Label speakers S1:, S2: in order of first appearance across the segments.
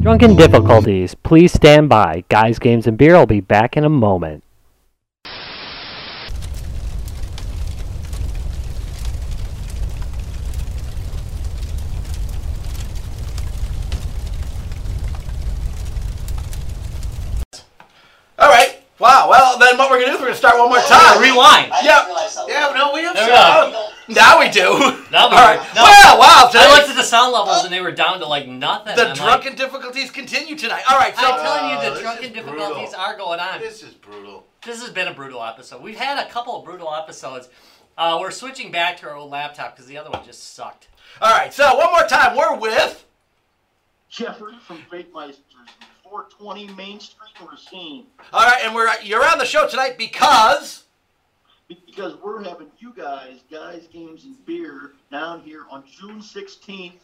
S1: Drunken difficulties. Please stand by. Guys, games, and beer will be back in a moment.
S2: All right. Wow. Well, then what we're gonna do is we're gonna start one more time.
S3: Rewind.
S4: I
S2: Yeah.
S4: didn't realize that.
S2: Yeah. No, we have.
S3: There we
S2: some-
S4: are.
S2: Now we do.
S3: Now we
S2: All right.
S3: do. No.
S2: Wow. Wow.
S3: I
S2: today-
S3: looked at the sound levels and they were down to like nothing.
S2: the
S3: I'm
S2: drunken
S3: Like,
S2: difficulties continue tonight. All right. So
S3: I'm telling
S4: Oh,
S3: you,
S4: this
S3: the
S4: is
S3: drunken
S4: brutal.
S3: difficulties are going on.
S4: This is brutal.
S3: This has been a brutal episode. We've had a couple of brutal episodes. Uh, we're switching back to our old laptop because the other one just sucked.
S2: all right. So one more time, we're with.
S5: Jeffrey from Fake Meisters, 420 Main Street, Racine,
S2: All right, and we're you're on the show tonight because
S5: because we're having you guys, guys, games, and beer down here on June 16th.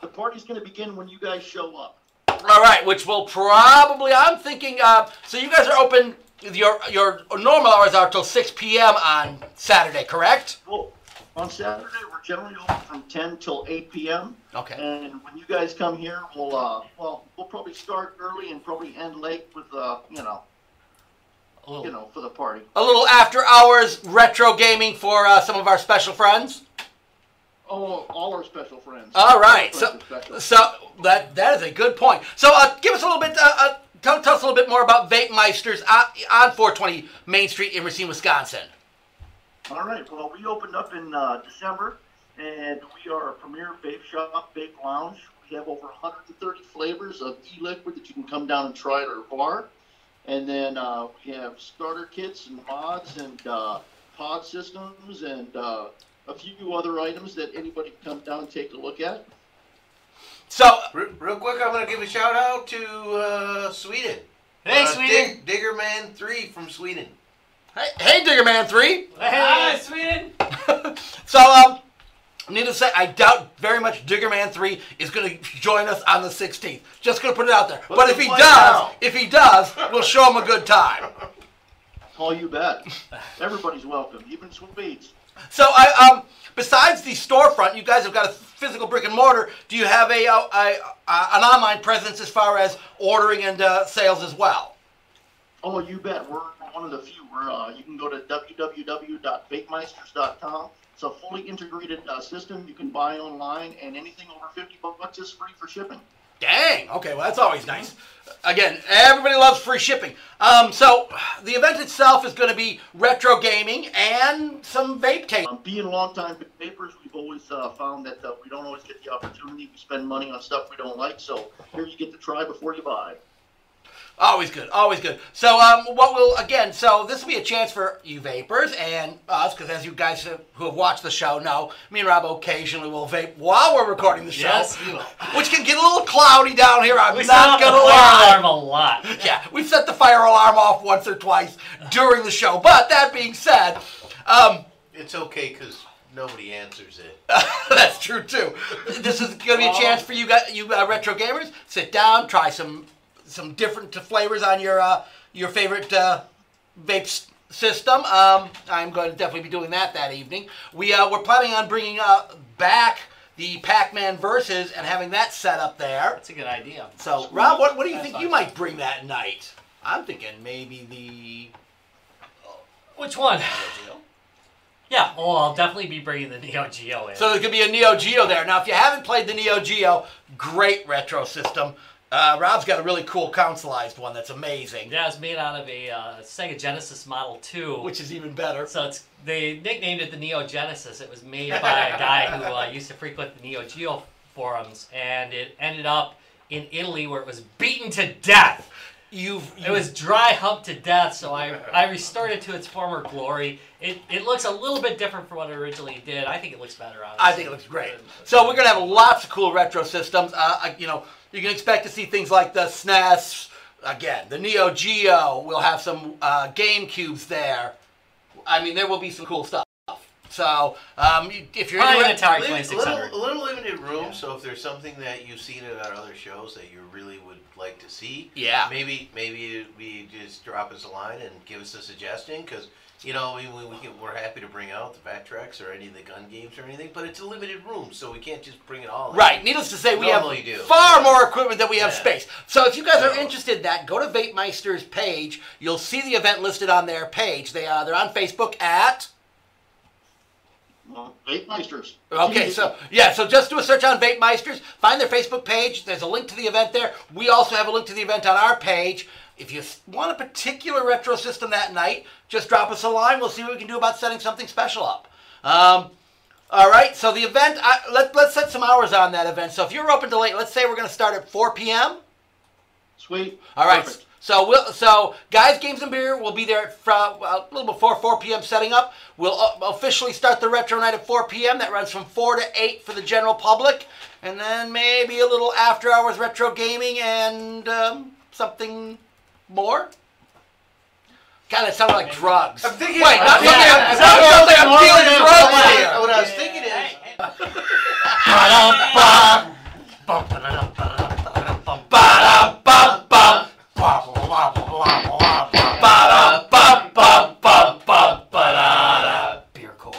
S5: The party's going to begin when you guys show up.
S2: all right, which will probably I'm thinking. Uh, so you guys are open. Your your normal hours are till 6 p.m. on Saturday, correct?
S5: Well, on Saturday, we're generally open from 10 till 8 p.m.
S2: Okay.
S5: And when you guys come here, we'll uh, well, we'll probably start early and probably end late with uh, you know,
S3: A little-
S5: you know, for the party.
S2: A little after hours retro gaming for uh, some of our special friends.
S5: Oh, all our special friends.
S2: All right,
S5: All our
S2: so
S5: friends are special.
S2: so that that is a good point. So uh, give us a little bit. Uh, uh, tell, tell us a little bit more about Vape Meisters on, on 420 Main Street in Racine, Wisconsin.
S5: All right. Well, we opened up in uh, December, and we are a premier vape shop, vape lounge. We have over 130 flavors of e-liquid that you can come down and try at our bar. And then uh, we have starter kits and mods and uh, pod systems and uh, a few other items that anybody can come down and take a look at.
S2: So
S4: Re- real quick, I'm gonna give a shout out to uh, Sweden.
S3: Hey,
S4: uh,
S3: Sweden.
S4: Dig- Digger Man Three from Sweden.
S2: hey, hey Digger Man Three.
S3: Hey.
S6: Sweden.
S2: So um, needless to say, I doubt very much Digger Man Three is going to join us on the 16th. Just going to put it out there.
S4: Well,
S2: but
S4: then
S2: if he
S4: why
S2: does,
S4: now?
S2: if he does, we'll show him a good time.
S5: All you bet. Everybody's welcome, even Swedes.
S2: So I um, besides the storefront, you guys have got a physical brick and mortar. Do you have a, uh a, uh an online presence as far as ordering and uh, sales as well?
S5: Oh, you bet. We're one of the few. We're, uh, you can go to www.bakemeisters.com. It's a fully integrated uh, system. You can buy online, and anything over 50 bucks is free for shipping.
S2: Dang. Okay. Well, that's always nice. Again, everybody loves free shipping. Um, so the event itself is going to be retro gaming and some vape tape.
S5: Um, being longtime vapors, we've always uh, found that uh, we don't always get the opportunity. We spend money on stuff we don't like, so here you get to try before you buy.
S2: Always good, always good. So, um, what will again? So this will be a chance for you vapors and us, because as you guys have, who have watched the show know, me and Rob occasionally will vape while we're recording the show,
S3: Yes, we will.
S2: which can get a little cloudy down here. I'm
S3: We set
S2: not
S3: off the
S2: gonna
S3: fire
S2: lie.
S3: alarm a lot.
S2: Yeah, we set the fire alarm off once or twice during the show. But that being said, um,
S4: It's okay because nobody answers it.
S2: That's true too. This is going to be a chance for you guys, you uh, retro gamers, sit down, try some some different flavors on your uh, your favorite uh, vape s- system. Um, I'm going to definitely be doing that that evening. We uh, we're planning on bringing uh, back the Pac-Man versus and having that set up there.
S3: That's a good idea.
S2: So Rob, what, what do you
S3: That's
S2: think you might bring that night? I'm thinking maybe the
S3: Which one? Yeah. Oh, I'll definitely be bringing the Neo Geo in.
S2: So there could be a Neo Geo there. Now, if you haven't played the Neo Geo, great retro system. Uh, Rob's got a really cool consoleized one that's amazing,
S3: yeah, it's made out of a uh, Sega Genesis Model 2.
S2: which is even better.
S3: So it's they nicknamed it the Neo Genesis. It was made by a guy who uh, used to frequent the Neo Geo forums, and it ended up in Italy where it was beaten to death.
S2: You've, you
S3: It was dry humped to death, so I, I restored it to its former glory. It, it looks a little bit different from what it originally did. I think it looks better, honestly.
S2: I think it looks great. So we're gonna have lots of cool retro systems. Uh, uh, you know, you can expect to see things like the SNES again, the Neo Geo. We'll have some uh, Game Cubes there. I mean, there will be some cool stuff. So um, you- if you're
S3: Probably an
S2: into
S3: Atari
S4: Li-
S3: 2600.
S4: little, little limited room, so if there's something that you've seen at our other shows that you really would like to see,
S2: Yeah.
S4: maybe maybe we just drop us a line and give us a suggestion because You know, I mean, we, we can, we're happy to bring out the backtracks or any of the gun games or anything, but it's a limited room, so we can't just bring it all. in.
S2: Right. Needless to say, we have
S4: Normally do.
S2: far
S4: Yeah.
S2: more equipment than we have
S4: Yeah.
S2: space. So if you guys are
S4: So-
S2: interested in that, go to Vape Meister's page. You'll see the event listed on their page. They uh, they're on Facebook at.
S5: Well, Vape Meisters.
S2: Okay, so yeah, so just do a search on Vape Meisters. Find their Facebook page. There's a link to the event there. We also have a link to the event on our page. If you s- want a particular retro system that night, just drop us a line. We'll see what we can do about setting something special up. Um, all right, so the event. I, let let's set some hours on that event. So if you're open to late, let's say we're going to start at 4 p.m.
S5: Sweet.
S2: All right.
S5: Perfect.
S2: So we'll so guys, games and beer will be there at fro- uh, a little before 4 p.m. setting up. We'll uh, officially start the retro night at 4 p.m. That runs from 4 to 8 for the general public, and then maybe a little after hours retro gaming and um, something more. God, it sounded like drugs.
S4: I'm thinking.
S2: Wait, not
S4: Yeah,
S2: something. I'm,
S4: I'm
S2: not
S4: thinking-
S2: something I'm
S5: Norman
S2: dealing
S5: and
S2: drugs
S5: Norman.
S2: here.
S4: What I was thinking is.
S3: Beer court.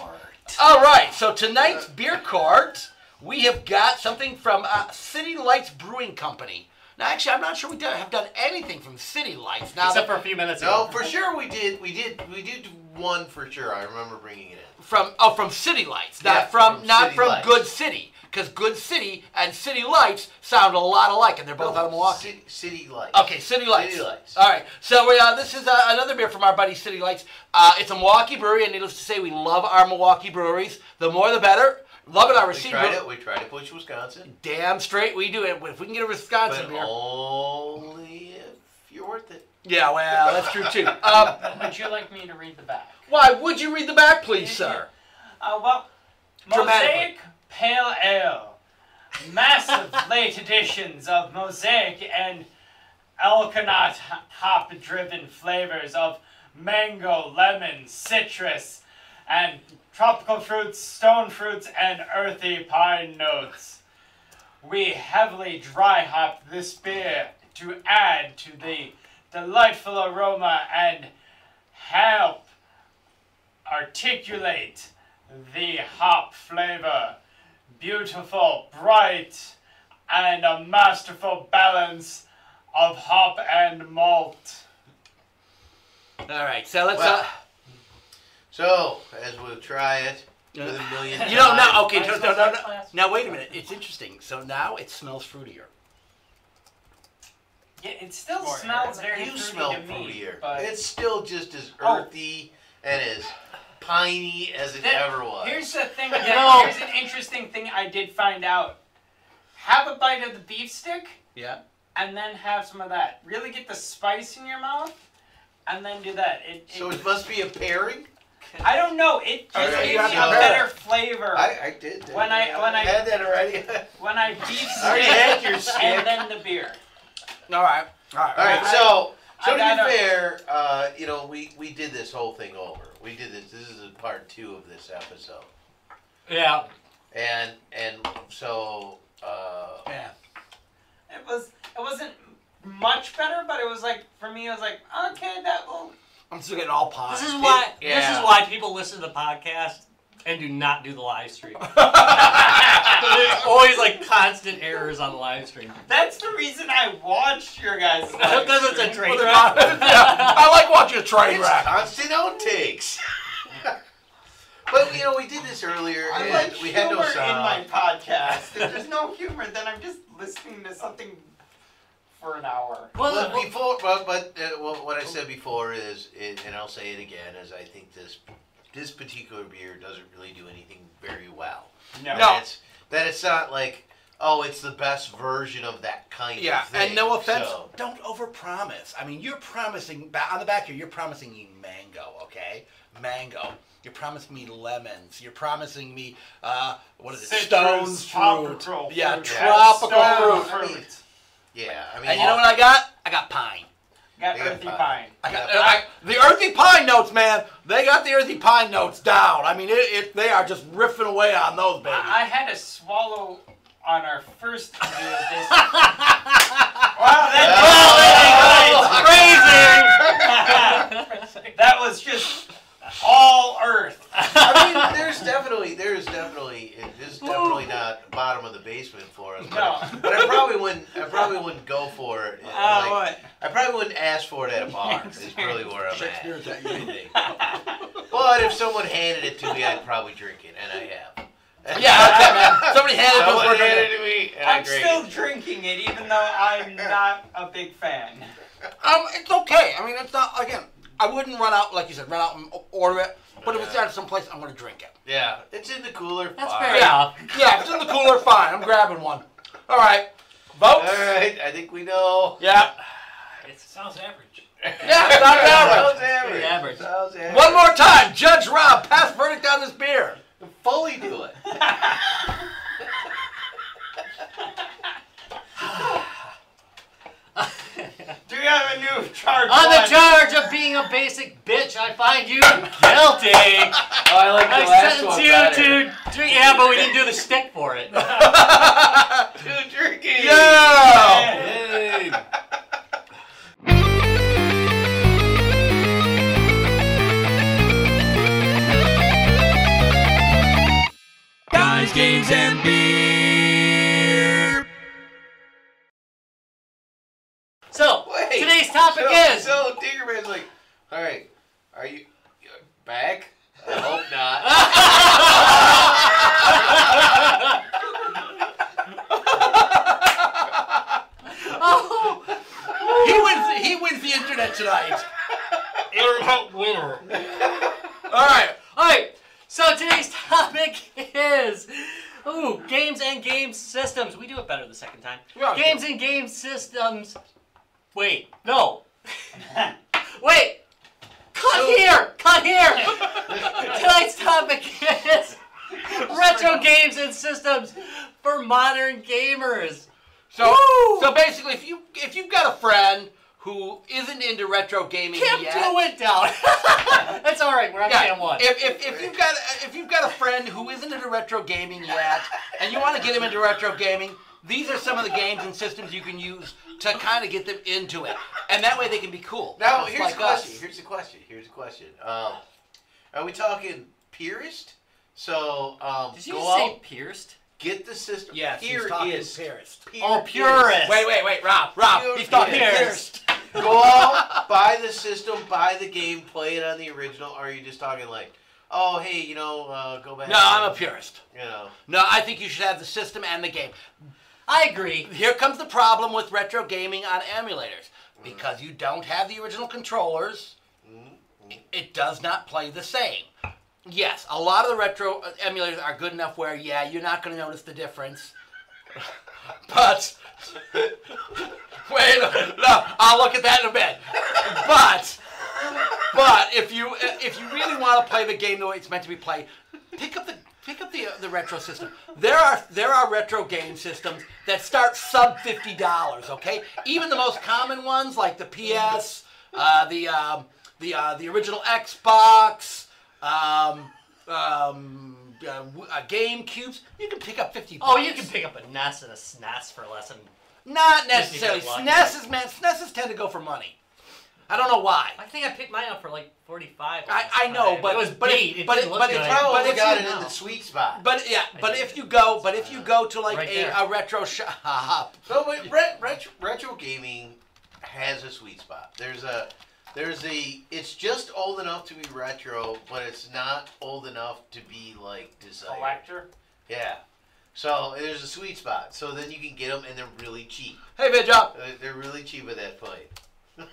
S2: All right, so tonight's beer court, we have got something from uh, City Lights Brewing Company. Now, actually, I'm not sure we do, have done anything from City Lights. Now,
S3: Except for a few minutes
S4: No,
S3: ago.
S4: for sure we did. We did. We did one for sure. I remember bringing it in.
S2: from oh, from City Lights, not
S4: Yeah,
S2: from,
S4: from
S2: not
S4: City
S2: from
S4: Lights.
S2: Good City, because Good City and City Lights sound a lot alike, and they're both out of Milwaukee.
S4: City, City Lights.
S2: Okay, City Lights.
S4: City Lights.
S2: All right. So we, uh, this is uh, another beer from our buddy City Lights. Uh, it's a Milwaukee brewery, and needless to say, we love our Milwaukee breweries. The more, the better. Love it. Our
S4: We
S2: receiver.
S4: tried it. We tried to push Wisconsin,
S2: Damn straight, we do it. If we can get a Wisconsin
S4: but
S2: beer,
S4: only if you're worth it.
S2: yeah, well, that's true too. Um,
S6: Would you like me to read the back?
S2: why would you read the back, please, sir?
S6: Uh, well,
S2: Dramatically.
S6: Mosaic Pale Ale. Massive late editions of Mosaic and Elkanot hop driven flavors of mango, lemon, citrus, and tropical fruits, stone fruits, and earthy pine notes. We heavily dry hop this beer to add to the delightful aroma and help articulate the hop flavor. Beautiful, bright, and a masterful balance of hop and malt.
S2: All right. So let's.
S4: Well,
S2: uh,
S4: So as we'll try it with a million.
S2: you know
S4: times-
S2: now. Okay.
S6: Mine
S2: No, no,
S6: smells
S2: no,
S6: like
S2: no.
S6: class.
S2: Now wait a minute. It's interesting. So now it smells fruitier.
S6: Yeah, it still
S3: Or
S6: smells very
S4: You
S6: fruity
S4: smell
S6: Oh, to me.
S4: fruitier.
S6: But
S4: It's still just as
S6: Oh.
S4: earthy and as piney as it
S6: That-
S4: ever was.
S6: here's the thing.
S2: No.
S6: That, here's an interesting thing I did find out. Have a bite of the beef stick,
S2: Yeah.
S6: and then have some of that. Really get the spice in your mouth, and then do that. It, it,
S4: so it must be a pairing.
S6: I don't know. It just
S4: Alright,
S6: gives you
S4: so-
S6: a better flavor
S4: I, I did. That.
S6: When I- when I-
S4: had that already.
S6: when I beef
S4: I already had
S6: stick
S4: your stick.
S6: and then the beer.
S2: All right. All right.
S4: All right,
S6: I-
S4: so
S6: I
S4: so to be
S6: gotta-
S4: fair, uh, you know, we we did this whole thing over. We did this. This is a part two of this episode,
S3: Yeah.
S4: and and so uh,
S2: Yeah.
S6: It was it wasn't much better, but it was like for me, it was like okay, that will.
S2: I'm still getting all pie.
S3: This is why this
S4: yeah.
S3: is why people listen to the podcast and do not do the live stream. There's always like constant errors on the live stream.
S6: That's the reason I watched your guys.
S3: Because it's a train
S2: Well, they're
S3: wreck.
S2: not- yeah, I like watching a train
S4: it's
S2: wreck.
S4: constant outtakes. but you know, we did this earlier,
S6: I
S4: and
S6: like
S4: we
S6: humor
S4: had no sound.
S6: in my podcast. If there's no humor, then I'm just listening to something for an hour.
S4: But
S3: Well,
S4: before, but, but uh, well, what I said before is, it, and I'll say it again, is I think this this particular beer doesn't really do anything very well.
S6: No.
S4: That it's, that it's not like, oh, it's the best version of that kind
S2: Yeah,
S4: of thing.
S2: and no offense,
S4: So,
S2: don't overpromise. I mean, you're promising ba- on the back here. You're promising me mango, okay? Mango. You're promising me lemons. You're promising me uh, what is it?
S6: Citrus,
S2: Stones fruit.
S6: tropical
S2: Yeah,
S6: fruit.
S2: tropical
S6: Stone
S2: fruit.
S6: fruit.
S4: yeah, I mean,
S2: And you know what I got? I got pine.
S6: Got
S4: Yeah.
S6: earthy pine.
S2: I got
S4: Yeah.
S2: I- the earthy pine notes, man. They got the earthy pine notes down. I mean, it, it they are just riffing away on those, baby.
S6: I I had to swallow on our first review of this. wow, that,
S2: Oh,
S4: Oh,
S3: it's crazy.
S6: that was just all Earth.
S4: I mean, there's definitely, there's definitely, this is definitely not bottom of the basement for us. But,
S6: No.
S4: but I probably wouldn't, I probably wouldn't go for it.
S6: Uh,
S4: Oh, like,
S6: what?
S4: I probably wouldn't ask for it at a bar. Is really where I'm
S2: Shakespeare
S4: at.
S2: that you
S4: But if someone handed it to me, I'd probably drink it, and I have.
S2: Yeah, okay, man. somebody handed us
S4: someone
S2: one.
S4: handed it to me, and I
S6: I'm
S4: drank
S6: still
S4: it.
S6: drinking it, even though I'm not a big fan.
S2: Um, it's okay. I mean, it's not again. I wouldn't run out like you said, run out and o- order it. But if it's
S4: Yeah.
S2: out of someplace, I'm gonna drink it.
S4: Yeah, it's in the cooler.
S7: That's
S4: fine.
S7: fair enough.
S2: Yeah, if it's in the cooler, fine. I'm grabbing one. All right,
S4: All
S2: votes.
S4: right, I think we know.
S2: Yeah,
S7: It sounds average.
S2: yeah, it's not an
S4: Sounds average.
S7: Average.
S4: Sounds
S2: average.
S4: average.
S2: One more time, Judge Rob, pass verdict on this beer.
S4: Fully do it.
S6: Do you have a new charge?
S7: On
S6: one?
S7: the charge of being a basic bitch, I find you guilty.
S4: Oh, I like the
S7: I
S4: last
S7: sentence
S4: one
S7: you to drink. Yeah, but we didn't do the stick for it.
S4: better. Two drinking.
S2: Yeah.
S8: Guys, games, and beer.
S7: So
S4: Wait,
S7: today's topic
S4: So,
S7: is.
S4: so Diggerman's like, all right, are you you're back? I hope not.
S7: oh,
S2: He wins. He wins the internet tonight.
S7: internet winner.
S2: All right.
S7: All right. So today's topic is, ooh, games and game systems. We do it better the second time.
S2: Yeah, we
S7: games and game systems. Wait, no. Wait. Cut here. Cut here. Tonight's topic is retro games and systems for modern gamers.
S2: So,
S7: Woo!
S2: so basically, if you if you've got a friend who isn't into retro gaming
S7: Can't
S2: yet,
S7: do it down. That's all right. We're on
S2: Yeah,
S7: cam one.
S2: If, if, if you've got if you've got a friend who isn't into retro gaming yet, and you want to get him into retro gaming, these are some of the games and systems you can use to kind of get them into it, and that way they can be cool.
S4: now
S2: just
S4: here's
S2: like
S4: a question.
S2: us.
S4: Here's a question. Here's a question. Um, are we talking purist? So um,
S7: Did you
S4: go
S7: just say
S4: out,
S7: pierced?
S4: get the system.
S2: Yes, he's talking
S4: purist.
S2: purist.
S7: Oh, purist.
S2: Wait, wait, wait, Rob, Rob,
S4: Pure-
S2: he's talking
S4: purist.
S2: purist.
S4: Go out, buy the system, buy the game, play it on the original. Or are you just talking like, oh hey, you know, uh, go back?
S2: No, I'm a purist.
S4: You know,
S2: No, I think you should have the system and the game.
S7: I agree.
S2: Here comes the problem with retro gaming on emulators. Because you don't have the original controllers, it does not play the same. Yes, a lot of the retro uh, emulators are good enough where, yeah, you're not going to notice the difference. but. Wait, no, I'll look at that in a bit. But. But if you if you really want to play the game the way it's meant to be played, pick up the pick up the uh, the retro system. There are there are retro game systems that start sub fifty dollars. Okay, even the most common ones like the PS, uh, the um, the uh, the original Xbox, um, um, uh, w- uh, Game Cubes. You can pick up fifty.
S7: Oh,
S2: bucks.
S7: you can pick up a NES and a SNES for less than.
S2: Not
S7: Just need to
S2: necessarily.
S7: get lucky.
S2: SNES is man. SNES is tend to go for money. I don't know why.
S7: I think I picked mine up for like forty-five.
S2: I-
S7: last
S2: I know,
S7: time.
S2: but-
S7: it was
S2: but it-
S7: beat. It,
S2: but
S7: didn't
S2: it-
S7: look
S2: but it
S7: good.
S2: probably
S4: probably
S2: it's
S4: got
S2: you
S4: it in
S2: now.
S4: the sweet spot.
S2: But yeah,
S7: I
S2: but
S7: did.
S2: if you go, but if you go to like
S7: Right
S2: a,
S7: there.
S2: a retro shop,
S4: So wait, ret- retro, retro gaming has a sweet spot. There's a there's a it's just old enough to be retro, but it's not old enough to be like desired.
S6: Collector.
S4: Yeah. So there's a sweet spot. So then you can get them and they're really cheap.
S2: hey, big job.
S4: They're- They're really cheap at that point.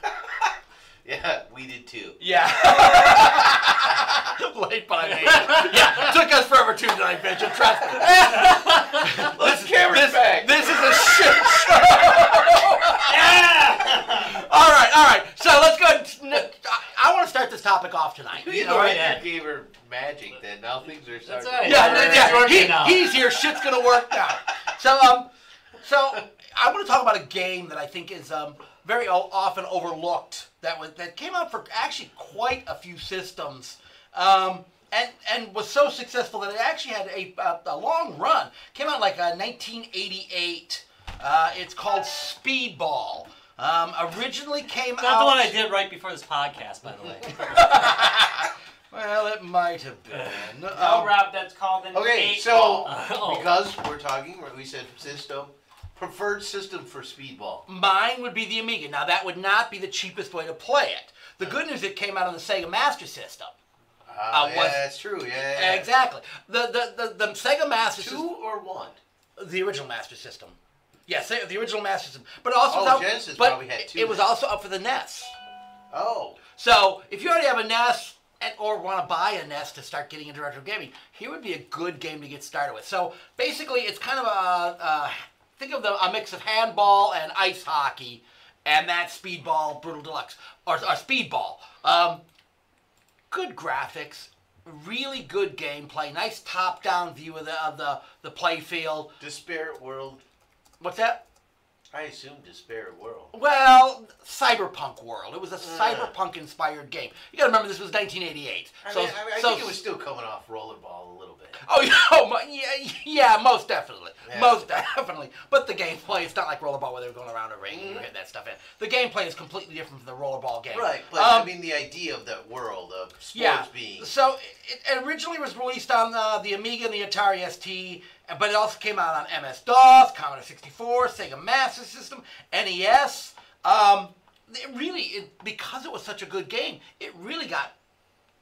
S4: yeah, we did too.
S2: Yeah. Late by me. Yeah, took us forever to tonight, bitch. and Trust me. Let's camera this,
S4: back.
S2: This is a shit show.
S7: ah!
S2: All right, all right. So let's go. and- I, want to start this topic off tonight.
S4: You
S7: know,
S4: know,
S7: right,
S4: you
S7: Ed.
S4: gave her magic then. Now things are starting.
S7: all right.
S2: Yeah,
S7: It's
S2: yeah,
S7: already
S2: yeah.
S7: working
S2: He-
S7: now.
S2: he's here. Shit's gonna work now. So um, so I want to talk about a game that I think is um very o- often overlooked that was that came out for actually quite a few systems. Um. And, and was so successful that it actually had a, a, a long run. Came out like uh, 1988. Uh, it's called Speedball. Um, originally came
S7: Not
S2: out.
S7: the one I did right before this podcast, by the way.
S2: Well, it might have been.
S6: No,
S2: Um,
S6: Rob, that's called an
S4: Okay,
S6: eight
S4: so
S6: ball.
S3: Oh,
S4: because we're talking, we said system, preferred system for speedball.
S2: Mine would be the Amiga. Now, that would not be the cheapest way to play it. The good news, it came out on the Sega Master System.
S4: Ah,
S2: Uh,
S4: yeah,
S2: was-
S4: that's true. Yeah, yeah, yeah.
S2: Exactly. The, the, the, the Sega Master
S4: Two or one?
S2: System. The original Master System. Yes, the the original Master System. But also,
S4: Oh,
S2: was out-
S4: Genesis
S2: but
S4: probably had two
S2: It was
S4: then.
S2: also up for the E NES.
S4: Oh,
S2: So, if you already have a NES and, or want to buy a NES to start getting into retro gaming, here would be a good game to get started with. So, basically, it's kind of a, uh think of the, a mix of handball and ice hockey, and that speedball brutal deluxe or, or speedball. Um, good graphics, really good gameplay, nice top-down view of the of the the play field.
S4: disparate world.
S2: What's that?
S4: I assume disparate world.
S2: Well, cyberpunk world. It was a
S4: Mm.
S2: cyberpunk inspired game. You gotta remember this was 1988.
S4: I,
S2: so,
S4: mean, I, I
S2: so
S4: think it was still coming off rollerball a little bit.
S2: Oh yeah, oh, my, yeah, yeah, most definitely,
S4: Yeah.
S2: most definitely. But the gameplay, it's not like rollerball where they're going around a ring and you hit that stuff in. The gameplay is completely different from the rollerball game.
S4: Mm-hmm. Right, but
S2: Um,
S4: I mean the idea of that world of sports
S2: yeah.
S4: being
S2: So it, it originally was released on uh, the Amiga and the Atari ST, but it also came out on MS-DOS, Commodore 64, Sega Master System, NES. Um, it really, it, because it was such a good game, it really got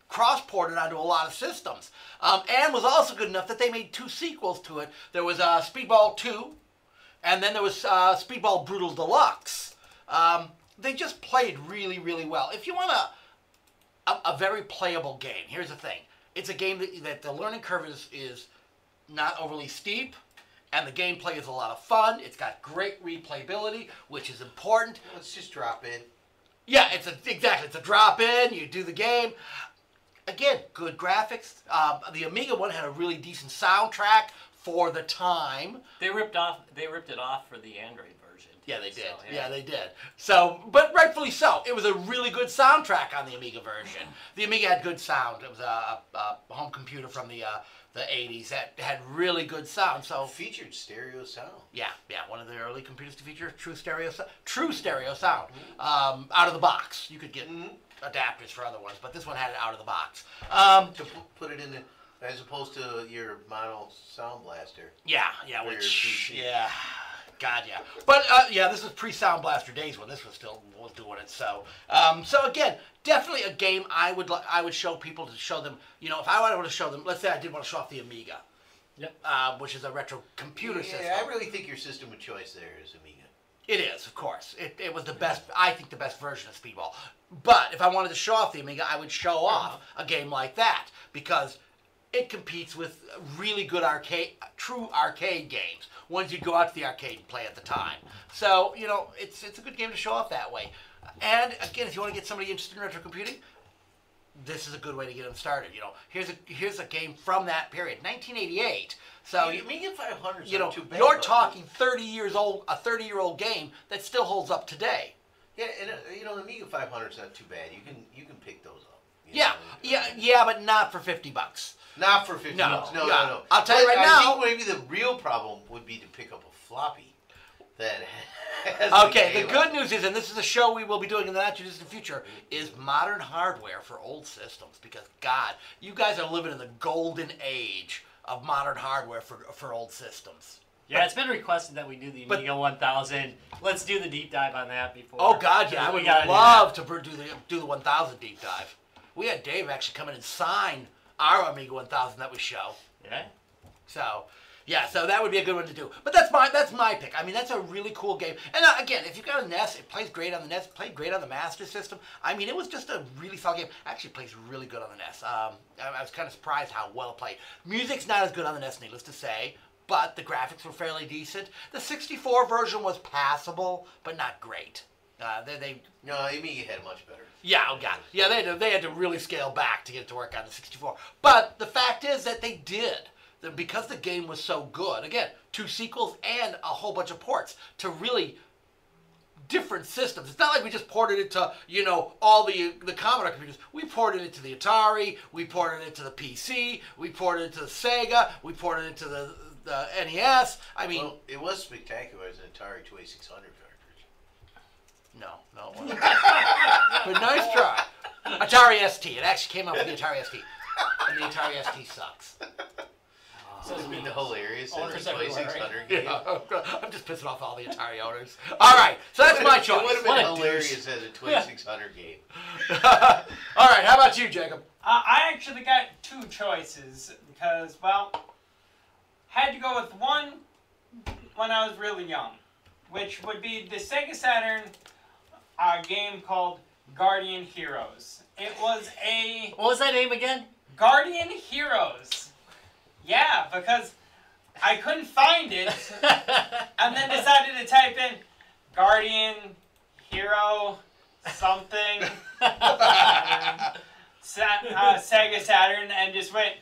S2: cross-ported onto a lot of systems, um, and was also good enough that they made two sequels to it. There was uh, Speedball 2, and then there was uh, Speedball Brutal Deluxe. Um, they just played really, really well. If you want to a, a very playable game. Here's the thing: it's a game that, that the learning curve is is not overly steep, and the gameplay is a lot of fun. It's got great replayability, which is important.
S4: let's just drop in.
S2: Yeah, it's a exactly. It's a drop in. You do the game. Again, good graphics. Uh, the Amiga one had a really decent soundtrack for the time.
S3: they ripped off. They ripped it off for the Android version. too,
S2: Yeah, they did.
S3: so,
S2: yeah. they did. So, but rightfully so. It was a really good soundtrack on the Amiga version. The Amiga had good sound. It was a, a, a home computer from the uh, the 80s that had really good sound. So,
S4: Oh, Featured stereo sound.
S2: yeah, yeah, one of the early computers to feature true stereo, sou- true stereo sound um, out of the box. You could get adapters for other ones, but this one had it out of the box. Um,
S4: To pu- put it in the, as opposed to your mono sound blaster.
S2: Yeah, yeah,
S4: Or your
S2: which
S4: PC.
S2: yeah, God, yeah. But uh, yeah, this was pre-Sound Blaster days when this was still was doing it. So, um, so again, definitely a game I would li- I would show people to show them. You know, if I wanted to show them, let's say I did want to show off the Amiga,
S3: Yep.
S2: uh, which is a retro computer
S4: yeah,
S2: system.
S4: I really think your system of choice there is Amiga.
S2: It is, of course. It, it was the best, I think, the best version of Speedball. But if I wanted to show off the Amiga, I would show off a game like that because it competes with really good arcade, true arcade games, ones you'd go out to the arcade and play at the time. So, you know, it's, it's a good game to show off that way. And again, if you want to get somebody interested in retro computing, this is a good way to get them started. You know, here's a here's a game from that period, 1988. So
S4: The
S2: you,
S4: Amiga 500
S2: you know,
S4: too bad,
S2: you're
S4: though.
S2: talking 30 years old, a 30 year old game that still holds up today.
S4: Yeah, and uh, you know, the Amiga 500's not too bad. You can you can pick those up. you
S2: Yeah,
S4: know? uh,
S2: yeah, yeah, but not for 50 bucks.
S4: Not for 50
S2: No,
S4: bucks. No,
S2: yeah.
S4: no, no.
S2: I'll tell you
S4: But
S2: right
S4: I
S2: now-
S4: think maybe the real problem would be to pick up a floppy. That has
S2: Okay, the
S4: game
S2: good
S4: on it.
S2: news is, and this is a show we will be doing in the not too distant future, is modern hardware for old systems. Because God, you guys are living in the golden age of modern hardware for for old systems.
S3: Yeah, it's been requested that we do the
S2: But-
S3: Amiga 1000. Let's do the deep dive on that before.
S2: Oh God, yeah, I
S3: We
S2: would
S3: gotta do
S2: love to br- do the do the 1000 deep dive. We had Dave actually come in and sign our Amiga 1000 that we show.
S3: that. Yeah.
S2: So, yeah, so that would be a good one to do. But that's my that's my pick. I mean, that's a really cool game. And uh, again, if you've got a NES, it plays great on the NES. Played great on the Master System. I mean, it was just a really solid game. Actually, it plays really good on the NES. Um, I, I was kind of surprised how well it played. Music's not as good on the NES, needless to say. But the graphics were fairly decent. The 64 version was passable, but not great. Uh, they, they
S4: No, Amiga had much better.
S2: yeah, oh god. Yeah, they had, to, they had to really scale back to get it to work on the 64. But the fact is that they did. That because the game was so good, again, two sequels and a whole bunch of ports to really different systems. It's not like we just ported it to, you know, all the the Commodore computers. We ported it to the Atari, we ported it to the PC, we ported it to the Sega, we ported it to the, the NES. I mean,
S4: Well, it was spectacular as an Atari 2600 cartridge.
S2: No, no. it wasn't. but nice try. Atari ST. It actually came up with the Atari ST. And the Atari ST sucks.
S3: So it's
S4: Isn't
S3: me.
S4: it hilarious? that
S3: Owners
S4: replacing
S3: everywhere, right?
S4: Hunger Games.
S2: Yeah, I'm just pissing off all the Atari owners. All right, so that's my
S4: It would
S2: choice.
S4: have been
S3: What a
S4: hilarious as a 2600 game.
S2: all right, how about you, Jacob?
S6: Uh, I actually got two choices because, well, had to go with one when I was really young, which would be the Sega Saturn uh, game called Guardian Heroes. It was a
S3: What was that name again?
S6: Guardian Heroes. Yeah, because I couldn't find it and then decided to type in Guardian Hero something Sa- uh, Sega Saturn and just went,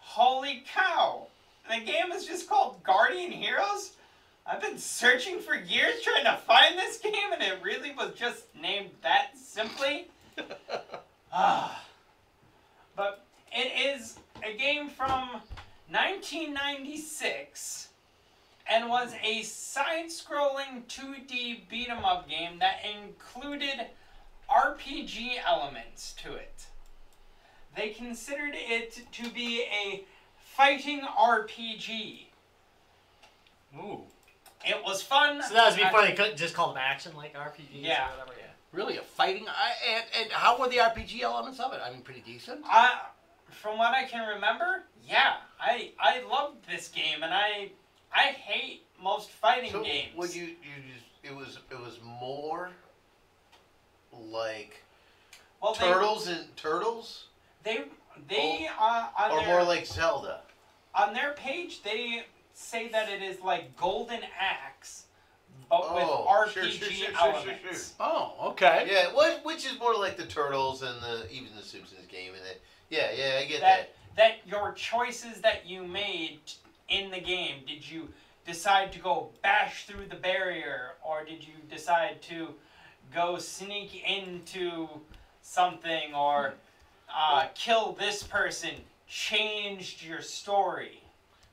S6: holy cow! The game is just called Guardian Heroes. I've been searching for years trying to find this game, and it really was just named that simply. Ah, but it is a game from 1996 and was a side-scrolling 2D beat 'em up game that included RPG elements to it. They considered it to be a fighting RPG.
S3: Ooh.
S6: It was fun.
S3: So that was before
S6: I-
S3: they could just call them action like RPGs
S6: Yeah.
S3: or whatever. Yeah.
S2: Really, a fighting? I, and, and how were the RPG elements of it? I mean, pretty decent.
S6: I, from what I can remember, yeah, I I loved this game, and I I hate most fighting
S4: So
S6: games.
S4: would you, you just, it was it was more like
S6: well,
S4: turtles and turtles,
S6: They they, they uh, on
S4: or
S6: their,
S4: more like Zelda.
S6: on their page they say that it is like Golden Axe, but
S4: Oh,
S6: with
S4: sure,
S6: RPG
S4: sure, sure, sure, sure,
S6: elements.
S4: sure.
S2: Oh, okay.
S4: Yeah, what which is more like the turtles and the even the Simpsons game and it. Yeah, yeah, I get that.
S6: that that your choices that you made in the game did you decide to go bash through the barrier or did you decide to go sneak into something or uh, kill this person changed your story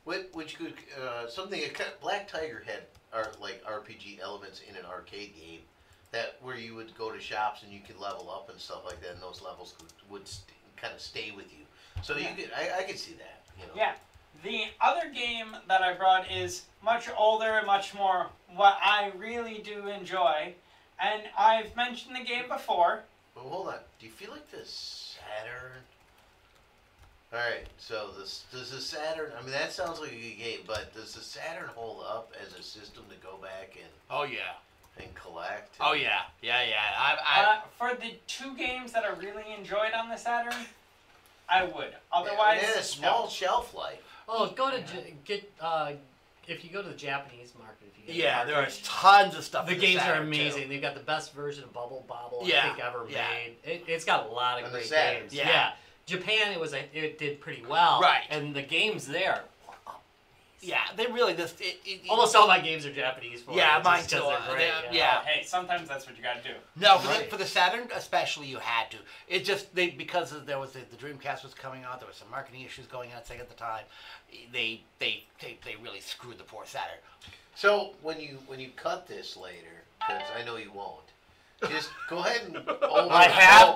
S4: What which could uh, something a kind of- Black Tiger had are like RPG elements in an arcade game that where you would go to shops and you could level up and stuff like that, and those levels would, would st- kind of stay with you. So
S6: Yeah.
S4: you could I, I could see that. You know.
S6: Yeah. The other game that I brought is much older and much more what I really do enjoy. And I've mentioned the game before.
S4: But hold on, do you feel like the Saturn? All right, so this does the Saturn. I mean, that sounds like a good game, but does the Saturn hold up as a system to go back and
S2: Oh yeah.
S4: and collect?
S2: Oh yeah. Yeah yeah. I, I,
S6: Uh, for the two games that I really enjoyed on the Saturn, I would.
S4: Otherwise,
S6: Otherwise,
S4: it had a small shelf life.
S3: Oh, go to J- get uh, if you go to the Japanese market. If you get
S2: yeah.
S3: an
S2: There is
S3: RPG,
S2: tons of stuff.
S3: The
S2: in
S3: games are
S2: Saturn, too.
S3: amazing. They've got the best version of Bubble Bobble I
S2: Yeah,
S3: think ever
S2: yeah.
S3: made. It, it's got a lot of
S4: And the
S3: great
S4: Saturn.
S3: games.
S2: Yeah.
S3: Japan, it was a, it did pretty well.
S2: Right.
S3: And the games there,
S2: Yeah. They really just it, it,
S3: almost all my games are Japanese. For
S2: Yeah,
S3: it,
S2: mine
S3: just
S2: too.
S3: 'cause they're
S2: Uh,
S3: great,
S2: they-
S6: no.
S2: yeah.
S6: Hey, sometimes that's what you gotta do.
S2: No, for,
S4: Right.
S2: the, for the Saturn especially, you had to. It just they because of- there was the, the Dreamcast was coming out. There was some marketing issues going on at Sega at the time. They they they, they really screwed the poor Saturn.
S4: So when you when you cut this later, because I know you won't, just go ahead and overlay.
S2: Oh,
S3: I have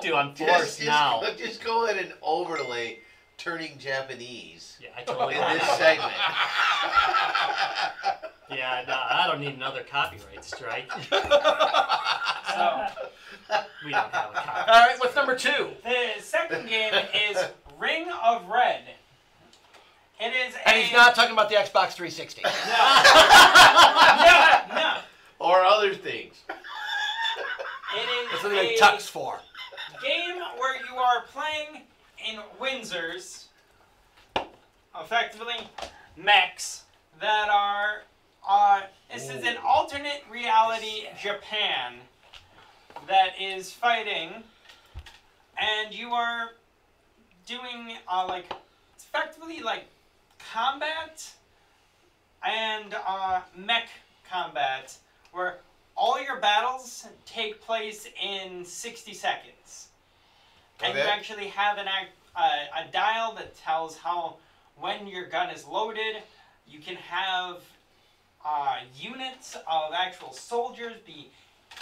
S3: to. I'm
S4: Just-
S3: forced
S4: just
S3: now.
S4: go- Just go ahead and overlay turning Japanese
S3: Yeah, I totally.
S4: in this segment.
S3: Yeah, no, I don't need another copyright strike.
S6: So,
S3: We don't have a copyright.
S2: All right, what's number two?
S6: the second game is Ring of Red. It is a.
S2: And he's not talking about the Xbox 360.
S6: No, no.
S4: or other things.
S6: It
S2: That's
S6: is
S2: what they
S6: a
S2: make tucks for.
S6: game where you are playing in Windsors, effectively mechs that are. Uh, this is an alternate reality Japan that is fighting, and you are doing uh, like effectively like combat and uh, mech combat where all your battles take place in 60 seconds. And you
S4: Okay.
S6: actually have an act, uh, a dial that tells how when your gun is loaded. You can have uh, units of actual soldiers be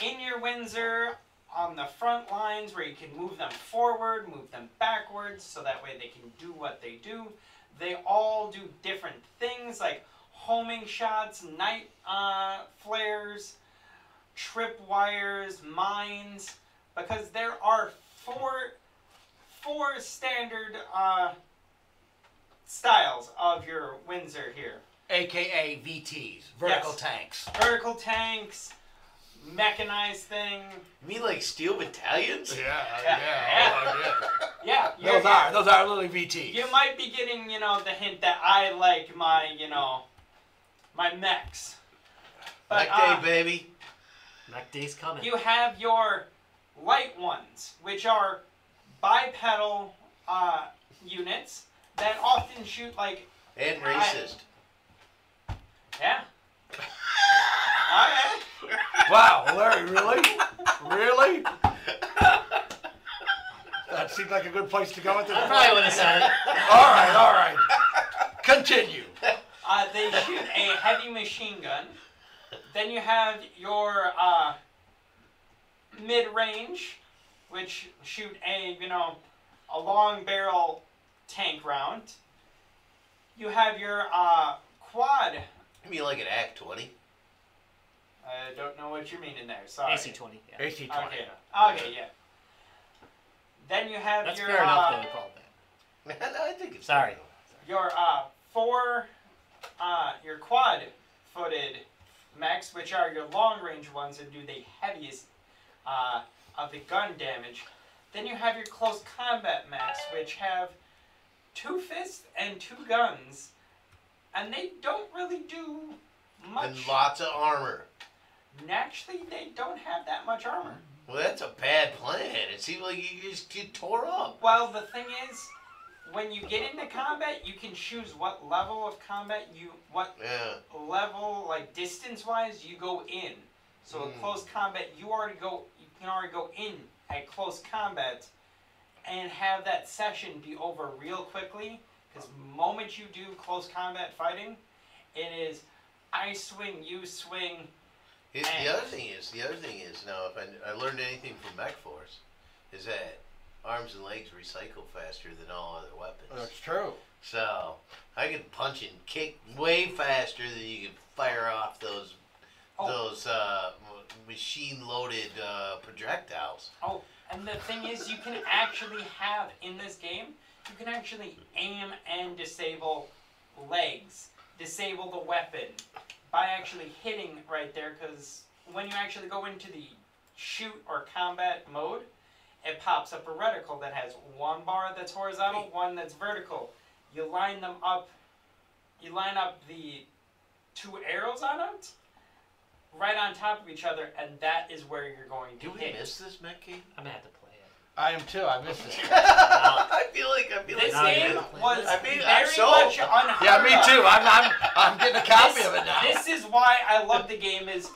S6: in your Windsor on the front lines where you can move them forward, move them backwards, so that way they can do what they do. They all do different things like homing shots, night uh, flares, trip wires, mines, because there are four four standard uh, styles of your Windsor here.
S2: AKA VTs, vertical
S6: Yes.
S2: tanks.
S6: Vertical tanks, mechanized thing.
S4: You mean like steel battalions?
S9: Yeah,
S2: oh,
S6: yeah, Yeah, you're-
S2: Those are those are literally VTs.
S6: You might be getting, you know, the hint that I like my, you know, my mechs. But
S4: Like
S6: uh,
S4: day, baby.
S3: Mech Day's coming.
S6: you have your light ones, which are bipedal uh, units that often shoot like,
S4: And
S6: I-
S4: racist.
S6: yeah. All right.
S2: Wow, Larry, really? really? That seemed like a good place to go at this
S3: I
S2: point.
S3: probably would have said it.
S2: All right, all right. Continue.
S6: Uh, they shoot a heavy machine gun. Then you have your uh, mid-range, which shoot a you know a long barrel tank round. You have your uh, quad.
S4: You mean like an Act 20?
S6: I don't know what you mean in there. Sorry.
S3: AC-20. Yeah.
S2: AC-20.
S6: Okay. Okay. Yeah. Then you have
S3: That's
S6: your
S3: fair
S6: uh,
S3: enough that they called that.
S4: No, I think it's
S3: Sorry.
S6: your uh four uh your quad footed mechs, which are your long range ones and do the heaviest uh of the gun damage. Then you have your close combat mechs, which have two fists and two guns, and they don't really do
S4: And
S6: much.
S4: lots of armor.
S6: Naturally, they don't have that much armor.
S4: Well, that's a bad plan. It seemed like you just get tore up.
S6: Well, the thing is, when you get into combat, you can choose what level of combat you what
S4: Yeah.
S6: level, like distance wise, you go in. So in
S4: Mm.
S6: close combat, you already go. You can already go in at close combat, and have that session be over real quickly. Because moment you do close combat fighting, it is I swing, you swing.
S4: It,
S6: And-
S4: the other thing is, the other thing is now, if I, I learned anything from Mech Force, is that arms and legs recycle faster than all other weapons.
S2: true.
S4: So I can punch and kick way faster than you can fire off those
S6: Oh.
S4: those uh, machine loaded uh, projectiles.
S6: Oh, and the thing is, you can actually have in this game, you can actually aim and disable legs, disable the weapon by actually hitting right there. Because when you actually go into the shoot or combat mode, it pops up a reticle that has one bar that's horizontal, one that's vertical. You line them up. You line up the two arrows on it, right on top of each other, and that is where you're going to
S4: Do we
S6: hit.
S4: miss this mech game?
S3: I'm going to have to play it.
S2: I am too. I missed it.
S4: I feel like I feel
S6: This
S4: like I
S6: game
S4: missed-
S6: was
S4: I mean, I'm
S6: very
S4: sold.
S6: much unheard
S2: Yeah, me
S6: of.
S2: too. I'm, I'm, I'm getting a copy of it now.
S6: This is why I love the game is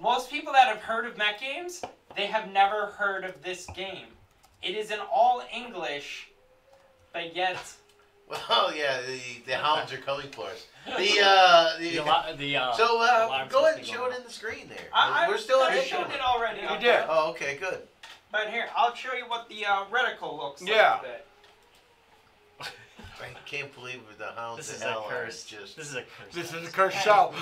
S6: most people that have heard of mech games, they have never heard of this game. It is in all English, but yet
S4: Well, yeah, the, the hounds are coming for us. The uh, the,
S3: The, al- the, uh,
S4: so uh,
S3: alarm's
S4: go ahead and
S3: supposed to
S4: show
S3: go
S4: it in the screen there.
S6: I, I,
S4: We're still
S6: I
S4: in
S6: showed it
S4: the
S6: already.
S2: You
S6: up
S2: did.
S6: there.
S4: Oh, okay, good.
S6: But here, I'll show you what the uh, reticle looks
S2: Yeah.
S6: like. today.
S4: I can't believe with the hounds
S3: This is
S4: and
S3: a
S4: hell are
S3: curse.
S4: just
S3: This is a curse.
S2: This is a cursed show.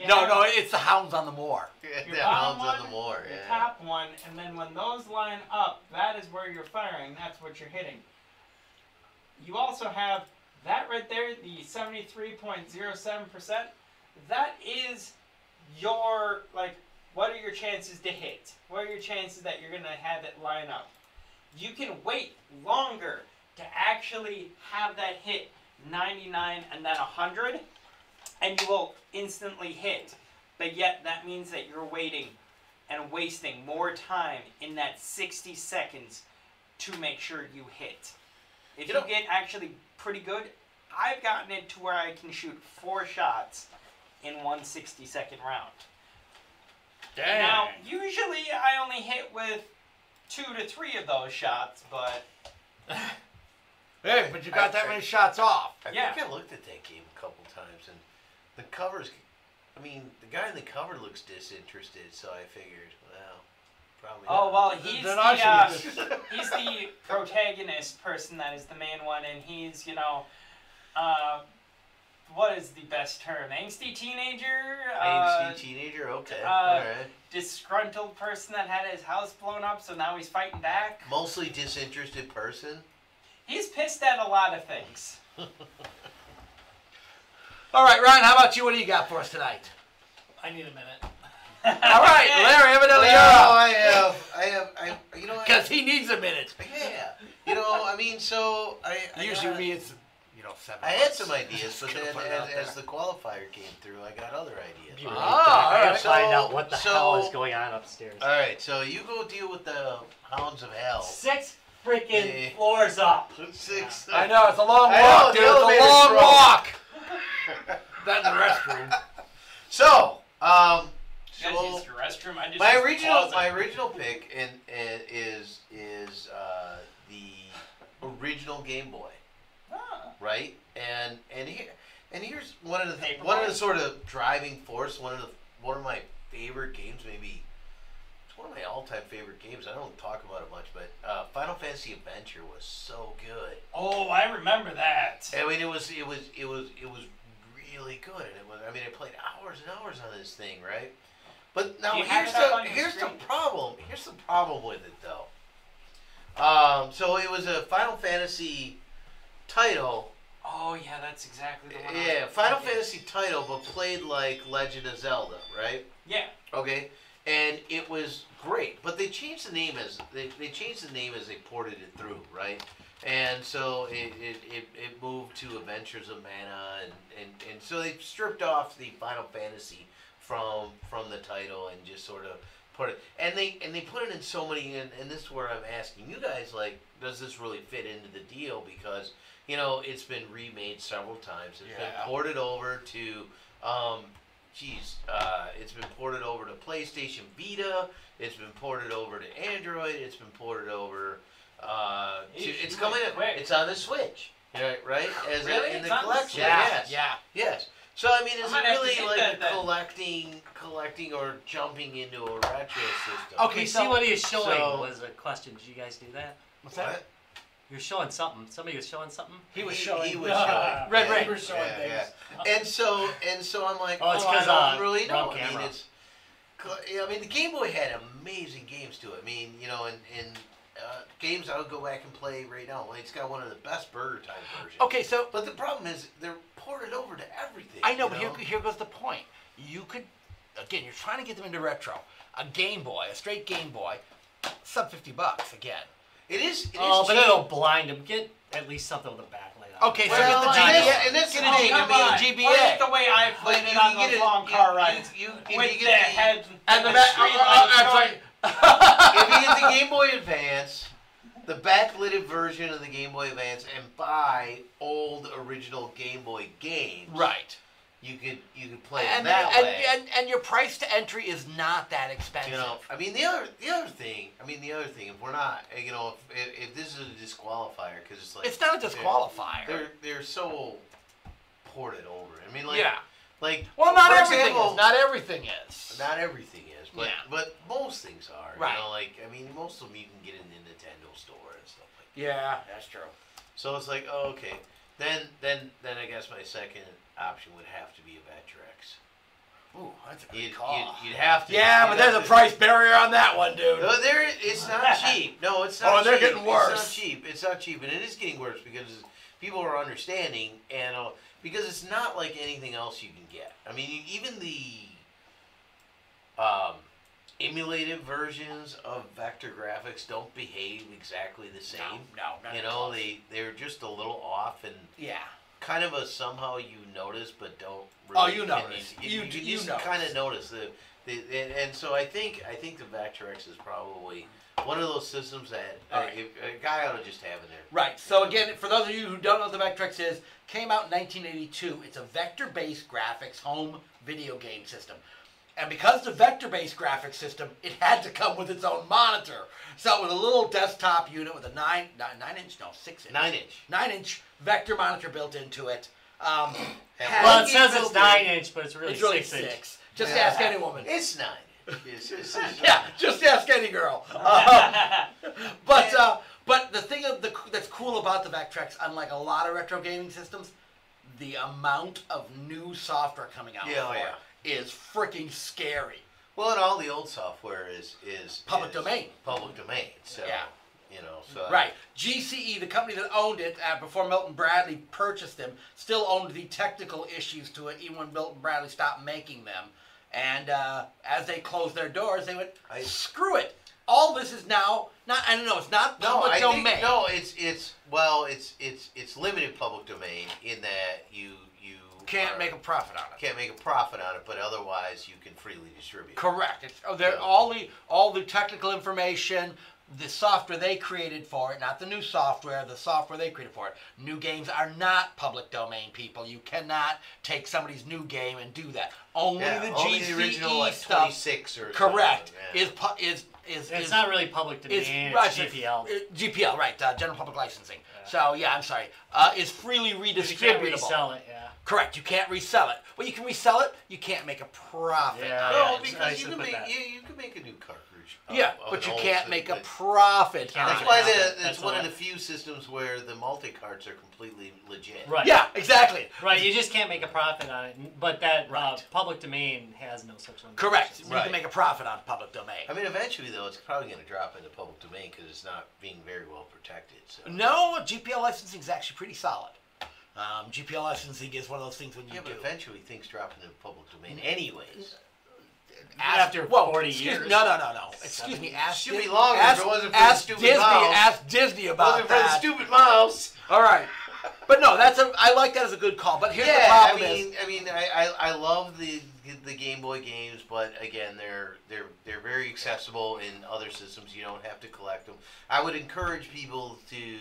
S6: You
S2: No,
S6: have
S2: no, it's the hounds on the moor.
S4: the
S6: your
S4: hounds
S6: bottom
S4: on the
S6: one,
S4: moor.
S6: the
S4: Yeah.
S6: top one, and then when those line up, that is where you're firing. That's what you're hitting. You also have that right there, the 73.07%. That is your, like, what are your chances to hit? What are your chances that you're going to have it line up? You can wait longer to actually have that hit 99 and then 100, and you will instantly hit. But yet, that means that you're waiting and wasting more time in that 60 seconds to make sure you hit. If
S4: You
S6: you,
S4: know-
S6: get actually pretty good, I've gotten it to where I can shoot four shots in one 60 second round. Now, usually I only hit with two to three of those shots, but
S2: Hey, but you got that many shots off.
S4: I
S6: Yeah.
S4: think I looked at that game a couple times, and the covers. I mean, the guy in the cover looks disinterested, so I figured, well, probably.
S6: Oh well,
S2: Th-
S6: he's the,
S2: then
S6: uh,
S2: I should
S6: he's the protagonist person that is the main one, and he's you know, uh, what is the best term? Angsty teenager, uh,
S4: angsty teenager. Okay,
S6: uh,
S4: all right.
S6: disgruntled person that had his house blown up, so now he's fighting back.
S4: Mostly disinterested person.
S6: He's pissed at a lot of things.
S2: All right, Ryan, how about you? What do you got for us tonight?
S3: I need a minute.
S2: All right, Larry, evidently
S4: Well,
S2: you're up.
S4: Oh, I have, I have, I. You know, what?
S2: Because he needs a minute.
S4: yeah. You know, I mean, so I. I
S2: Usually
S4: got-
S2: me, it's, you know, seven.
S4: I had
S2: minutes.
S4: some ideas, but
S2: Just gonna
S4: then
S2: put it out
S4: as, as
S2: there.
S4: the qualifier came through, I got other ideas.
S3: You
S2: Ah,
S3: really
S2: all
S3: don't. I gotta
S2: right.
S3: find
S4: So-
S3: out what the
S4: so- uh,
S3: hell is going on upstairs.
S4: All right, so you go deal with the hounds of hell.
S3: Six freaking
S4: Yeah.
S3: floors up.
S4: Six.
S2: I know, it's a long
S4: I know,
S2: walk,
S4: the
S2: dude. It's
S4: elevator's
S2: a long
S4: broke.
S2: walk. That in the restroom.
S4: So, um,
S6: You guys
S4: so
S6: used your restroom. I just
S4: my
S6: used the
S4: original
S6: closet.
S4: my original pick and, and is is uh, the original Game Boy,
S6: Ah.
S4: right? And and here and here's one of the
S6: Paper
S4: one of
S6: Mario.
S4: the sort of driving force. One of the one of my favorite games, maybe. It's one of my all-time favorite games. I don't talk about it much, but uh, Final Fantasy Adventure was so good.
S6: Oh, I remember that.
S4: I mean, it was it was it was it was really good, and it was. I mean, I played hours and hours on this thing, right? But now
S6: You had
S4: here's
S6: it up
S4: the
S6: on your
S4: here's the
S6: screen.
S4: problem. Here's the problem with it, though. Um, so it was a Final Fantasy title,
S6: Oh yeah, that's exactly the one. I was
S4: yeah, Final
S6: thinking.
S4: Fantasy title, but played like Legend of Zelda, right?
S6: Yeah.
S4: Okay, and it was great, but they changed the name as they, they changed the name as they ported it through, right? And so it, it, it, it moved to Adventures of Mana, and, and, and so they stripped off the Final Fantasy from from the title and just sort of put it and they and they put it in so many and, and this is where I'm asking you guys like does this really fit into the deal because you know it's been remade several times It's
S6: Yeah.
S4: been ported over to um geez uh, it's been ported over to PlayStation Vita it's been ported over to Android it's been ported over uh, to,
S6: Eesh,
S4: it's
S6: you
S4: coming
S6: went
S4: up
S6: quick.
S4: it's on the Switch right right as a-
S6: Really?
S4: in the
S6: It's on the
S4: collection
S6: Switch?
S4: yes
S2: Yeah.
S4: Yes. So I mean,
S6: I
S4: is
S6: might
S4: it
S6: have to
S4: really
S6: get
S4: like
S6: that then.
S4: collecting, collecting, or jumping into a retro system?
S2: Okay,
S3: Okay,
S2: so-
S3: see what he is showing
S4: so-
S3: was a question. Did you guys do that?
S2: What's that?
S4: What?
S3: You're showing something. Somebody was showing something.
S2: He was
S4: He,
S2: showing.
S4: was showing.
S2: Red
S4: yeah,
S2: Ring.
S4: yeah, yeah. And so, and so, I'm like,
S3: Oh, it's
S4: I
S3: 'cause,
S4: don't
S3: uh,
S4: really know.
S3: wrong
S4: I mean,
S3: camera.
S4: it's. co- yeah, I mean, the Game Boy had amazing games to it. I mean, you know, and and uh, games I would go back and play right now. Like, it's got one of the best Burger Time versions.
S2: Okay, so
S4: But the problem is they're ported over to everything.
S2: I know,
S4: you
S2: but here, here goes the point. You could, again, you're trying to get them into retro. A Game Boy, a straight Game Boy, sub 50 bucks again.
S4: it is. It is
S3: Oh, but
S4: cheap.
S3: it'll blind him. Get at least something with a backlight. on it.
S2: Okay, so get
S4: Well,
S2: the
S4: and
S2: GBA.
S4: that's- and that's the
S2: Get a GBA.
S4: thing. I mean,
S2: G-
S6: Play it the way I
S4: But
S6: played it
S4: you can
S6: on
S4: get
S6: those
S4: it-
S6: long
S4: you-
S6: car
S4: you-
S6: rides.
S4: You, if
S6: with
S4: you
S6: the
S4: get the-
S6: head
S2: and the
S6: the
S2: back.
S6: street
S2: uh, uh,
S6: lights
S2: uh, sorry.
S6: going.
S4: if you get the Game Boy Advance, the backlit version of the Game Boy Advance, and buy old original Game Boy games,
S2: Right.
S4: You could you could play it
S2: And,
S4: that
S2: and,
S4: way.
S2: and, and your price to entry is not that expensive.
S4: you know, I mean the other the other thing. I mean the other thing. If we're not, you know, if, if, if this is a disqualifier, because it's like
S2: it's not a
S4: they're-
S2: disqualifier.
S4: They're they're so ported over. I mean, like
S2: yeah.
S4: like
S2: Well, not
S4: for
S2: everything
S4: example-
S2: is. Not everything is.
S4: Not everything is, but
S2: Yeah.
S4: but most things are.
S2: Right.
S4: You know, like I mean, most of them you can get in the Nintendo store and stuff like. that.
S2: yeah, that's true.
S4: So it's like, oh, okay. Then then then I guess my second option would have to be a Vectrex.
S2: Ooh, that's a good
S4: You'd,
S2: call.
S4: you'd, you'd have to.
S2: yeah,
S4: you'd
S2: but
S4: have
S2: there's a
S4: to-
S2: price barrier on that one, dude.
S4: No, there it's not cheap. No, it's
S2: Oh,
S4: not.
S2: and they're
S4: cheap.
S2: getting worse.
S4: It's not cheap. It's not cheap, and it is getting worse because people are understanding, and uh, because it's not like anything else you can get. I mean, even the um, emulated versions of vector graphics don't behave exactly the same.
S2: No, no,
S4: You know, they they're just a little off and
S2: Yeah.
S4: kind of a somehow you notice but don't really
S2: Oh, you
S4: can-
S2: notice. You
S4: you,
S2: do-
S4: can
S2: you
S4: just
S2: notice.
S4: kind of notice the, the and, and so I think I think the Vectrex is probably one of those systems that uh,
S2: Alright.
S4: if- a guy ought to just have in there.
S2: Right. So again, for those of you who don't know what the Vectrex is, came out in 1982. It's a vector-based graphics home video game system. And because the vector-based graphics system, it had to come with its own monitor. So it was a little desktop unit with a nine, nine, nine inch, no, six inch,
S4: Nine inch.
S2: nine inch vector monitor built into it. Um,
S4: Yeah.
S2: had-
S3: Well, it says
S2: built
S3: it's
S2: in.
S3: nine inch, but it's really
S2: It's really
S3: six inch.
S2: six. Just
S4: Yeah.
S2: ask any woman.
S4: It's nine Yes, yes, yes.
S2: yeah, just ask any girl. Uh, but uh, but the thing of the, that's cool about the Vectrex, unlike a lot of retro gaming systems, the amount of new software coming out
S4: Yeah, oh,
S2: for
S4: yeah.
S2: it is freaking scary.
S4: Well, and all the old software is is
S2: Public
S4: is
S2: domain.
S4: Public domain. So
S2: Yeah.
S4: you know. So
S2: Right. GCE, the company that owned it uh, before Milton Bradley purchased them, still owned the technical issues to it, even when Milton Bradley stopped making them. And uh, as they closed their doors, they went,
S4: I-
S2: "Screw it! All this is now not. I don't know. It's not
S4: No,
S2: public
S4: I
S2: domain.
S4: think no. It's it's well, it's it's it's limited public domain in that you you
S2: Can't
S4: are-
S2: make a profit on it.
S4: can't make a profit on it, but otherwise you can freely distribute.
S2: Correct. It's, oh, they're
S4: Yeah.
S2: all the all the technical information, the software they created for it, not the new software, the software they created for it. New games are not public domain, people. You cannot take somebody's new game and do that. Only
S4: Yeah,
S2: the
S4: only
S2: GCE
S4: the original like
S2: stuff.
S4: twenty six or
S2: Correct.
S4: something, yeah.
S2: Is pu- is is
S3: It's
S2: is,
S3: not really public domain.
S2: is
S3: It's,
S2: right, it's-
S3: GPL.
S2: uh, GPL, right? Uh, General Public Licensing. So yeah, I'm sorry. Uh, is freely
S3: you can't
S2: redistributable.
S3: resell it. Yeah.
S2: Correct. You can't resell it. Well, you can resell it. You can't make a profit.
S3: Yeah.
S4: no,
S3: it's
S4: because
S3: nice
S4: you
S3: to
S4: can
S3: put
S4: make
S3: that.
S4: you, you can make a new cartridge. of-
S2: Yeah,
S4: of
S2: but
S4: an
S2: you
S4: old
S2: can't
S4: system,
S2: make a
S4: but-
S2: profit. on
S3: Can't
S4: That's
S2: it.
S3: Yeah,
S4: why
S3: that's
S4: the, that's
S3: all
S4: one of
S3: right.
S4: the few systems where the multi carts are completely legit.
S3: Right.
S2: Yeah, exactly.
S3: Right. You just can't make a profit on it. But that uh, public domain has no such limitation.
S2: Correct. You
S4: Right.
S2: can make a profit on public domain.
S4: I mean, eventually though, it's probably going to drop into public domain because it's not being very well protected. So.
S2: No, GPL licensing is actually pretty solid. Um, GPL licensing is one of those things when you
S4: Yeah, but
S2: do.
S4: eventually things drop into the public domain, anyways.
S2: Ask-
S3: After
S2: whoa,
S3: 40
S2: excuse
S3: years.
S2: No, no, no, no. Excuse me. Ask
S4: Should be
S2: Dis-
S4: longer if
S2: Ask,
S4: it wasn't for the
S2: ask
S4: stupid
S2: Disney.
S4: mouse.
S2: Ask Disney about
S4: Wasn't for the
S2: that.
S4: stupid mouse.
S2: All right, but no, that's a. I like that as a good call. But here's the
S4: Yeah, I
S2: problem
S4: mean,
S2: is
S4: I mean, I, I, I love the the Game Boy games, but again, they're they're they're very accessible in other systems. You don't have to collect them. I would encourage people to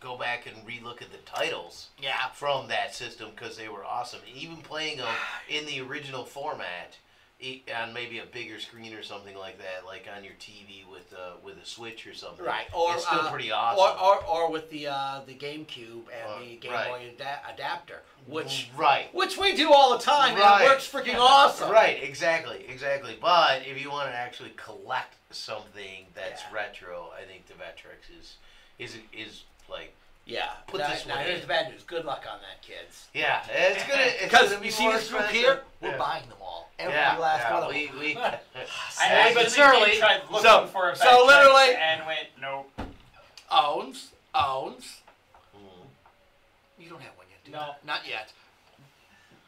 S4: go back and relook at the titles
S2: yeah.
S4: from that system because they were awesome. Even playing them in the original format e- on maybe a bigger screen or something like that, like on your TV with uh, with a Switch or something.
S2: Right, or
S4: it's still
S2: uh,
S4: pretty awesome.
S2: Or, or, or with the uh, the GameCube and
S4: Uh,
S2: the Game
S4: right.
S2: Boy ada- adapter, which
S4: right.
S2: which we do all the time, and
S4: Right.
S2: it works freaking awesome.
S4: Right, exactly, exactly. But if you want to actually collect something that's
S2: Yeah.
S4: retro, I think the Vectrex is is is like
S2: Yeah.
S4: Put
S2: now,
S4: this
S2: now
S4: one
S2: here's the
S4: in.
S2: bad news. Good luck on that, kids.
S4: yeah, it's gonna it's
S2: Because
S4: gonna be
S2: you see
S4: more
S2: this group
S4: expensive.
S2: here, we're
S4: yeah.
S2: buying them all, every
S4: yeah,
S2: last
S4: yeah,
S2: one of them.
S4: we, we,
S6: I
S3: Slowly
S6: actually
S3: but surely.
S6: tried looking
S2: So-
S6: for a
S2: so
S6: backtrack
S2: literally-
S6: and went nope.
S2: Owns, owns.
S4: Mm.
S2: Hmm. You don't have one yet, do you?
S3: No.
S2: not yet.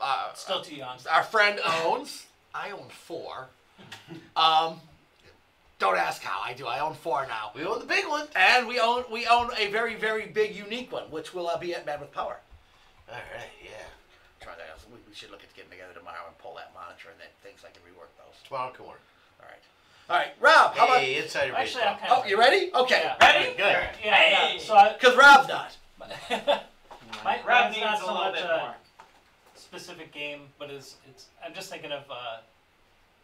S2: Uh,
S3: Still too young.
S2: our friend owns. I own four. Um, don't ask how I do. I own four now.
S4: we own the big one.
S2: And we own we own a very very big unique one, which will uh, be at Mad with Power.
S4: All right, yeah.
S2: Try that. out. We, we should look at getting together tomorrow and pull that monitor and then things. I can rework those.
S4: Tomorrow can work.
S2: All right. All right, Rob. How about?
S4: hey, Insider
S3: Actually,
S4: Baseball.
S3: I'm kind
S2: Oh,
S3: of.
S2: you ready? Okay.
S3: Yeah.
S6: Ready?
S4: Good.
S6: Yeah,
S3: Yeah.
S6: hey.
S3: yeah. So I,
S2: Because Rob's not.
S3: my,
S6: Rob
S3: mine's
S6: needs
S3: not
S6: a
S3: so
S6: little
S3: much
S6: bit
S3: a
S6: more.
S3: specific game, but is it's. I'm just thinking of uh,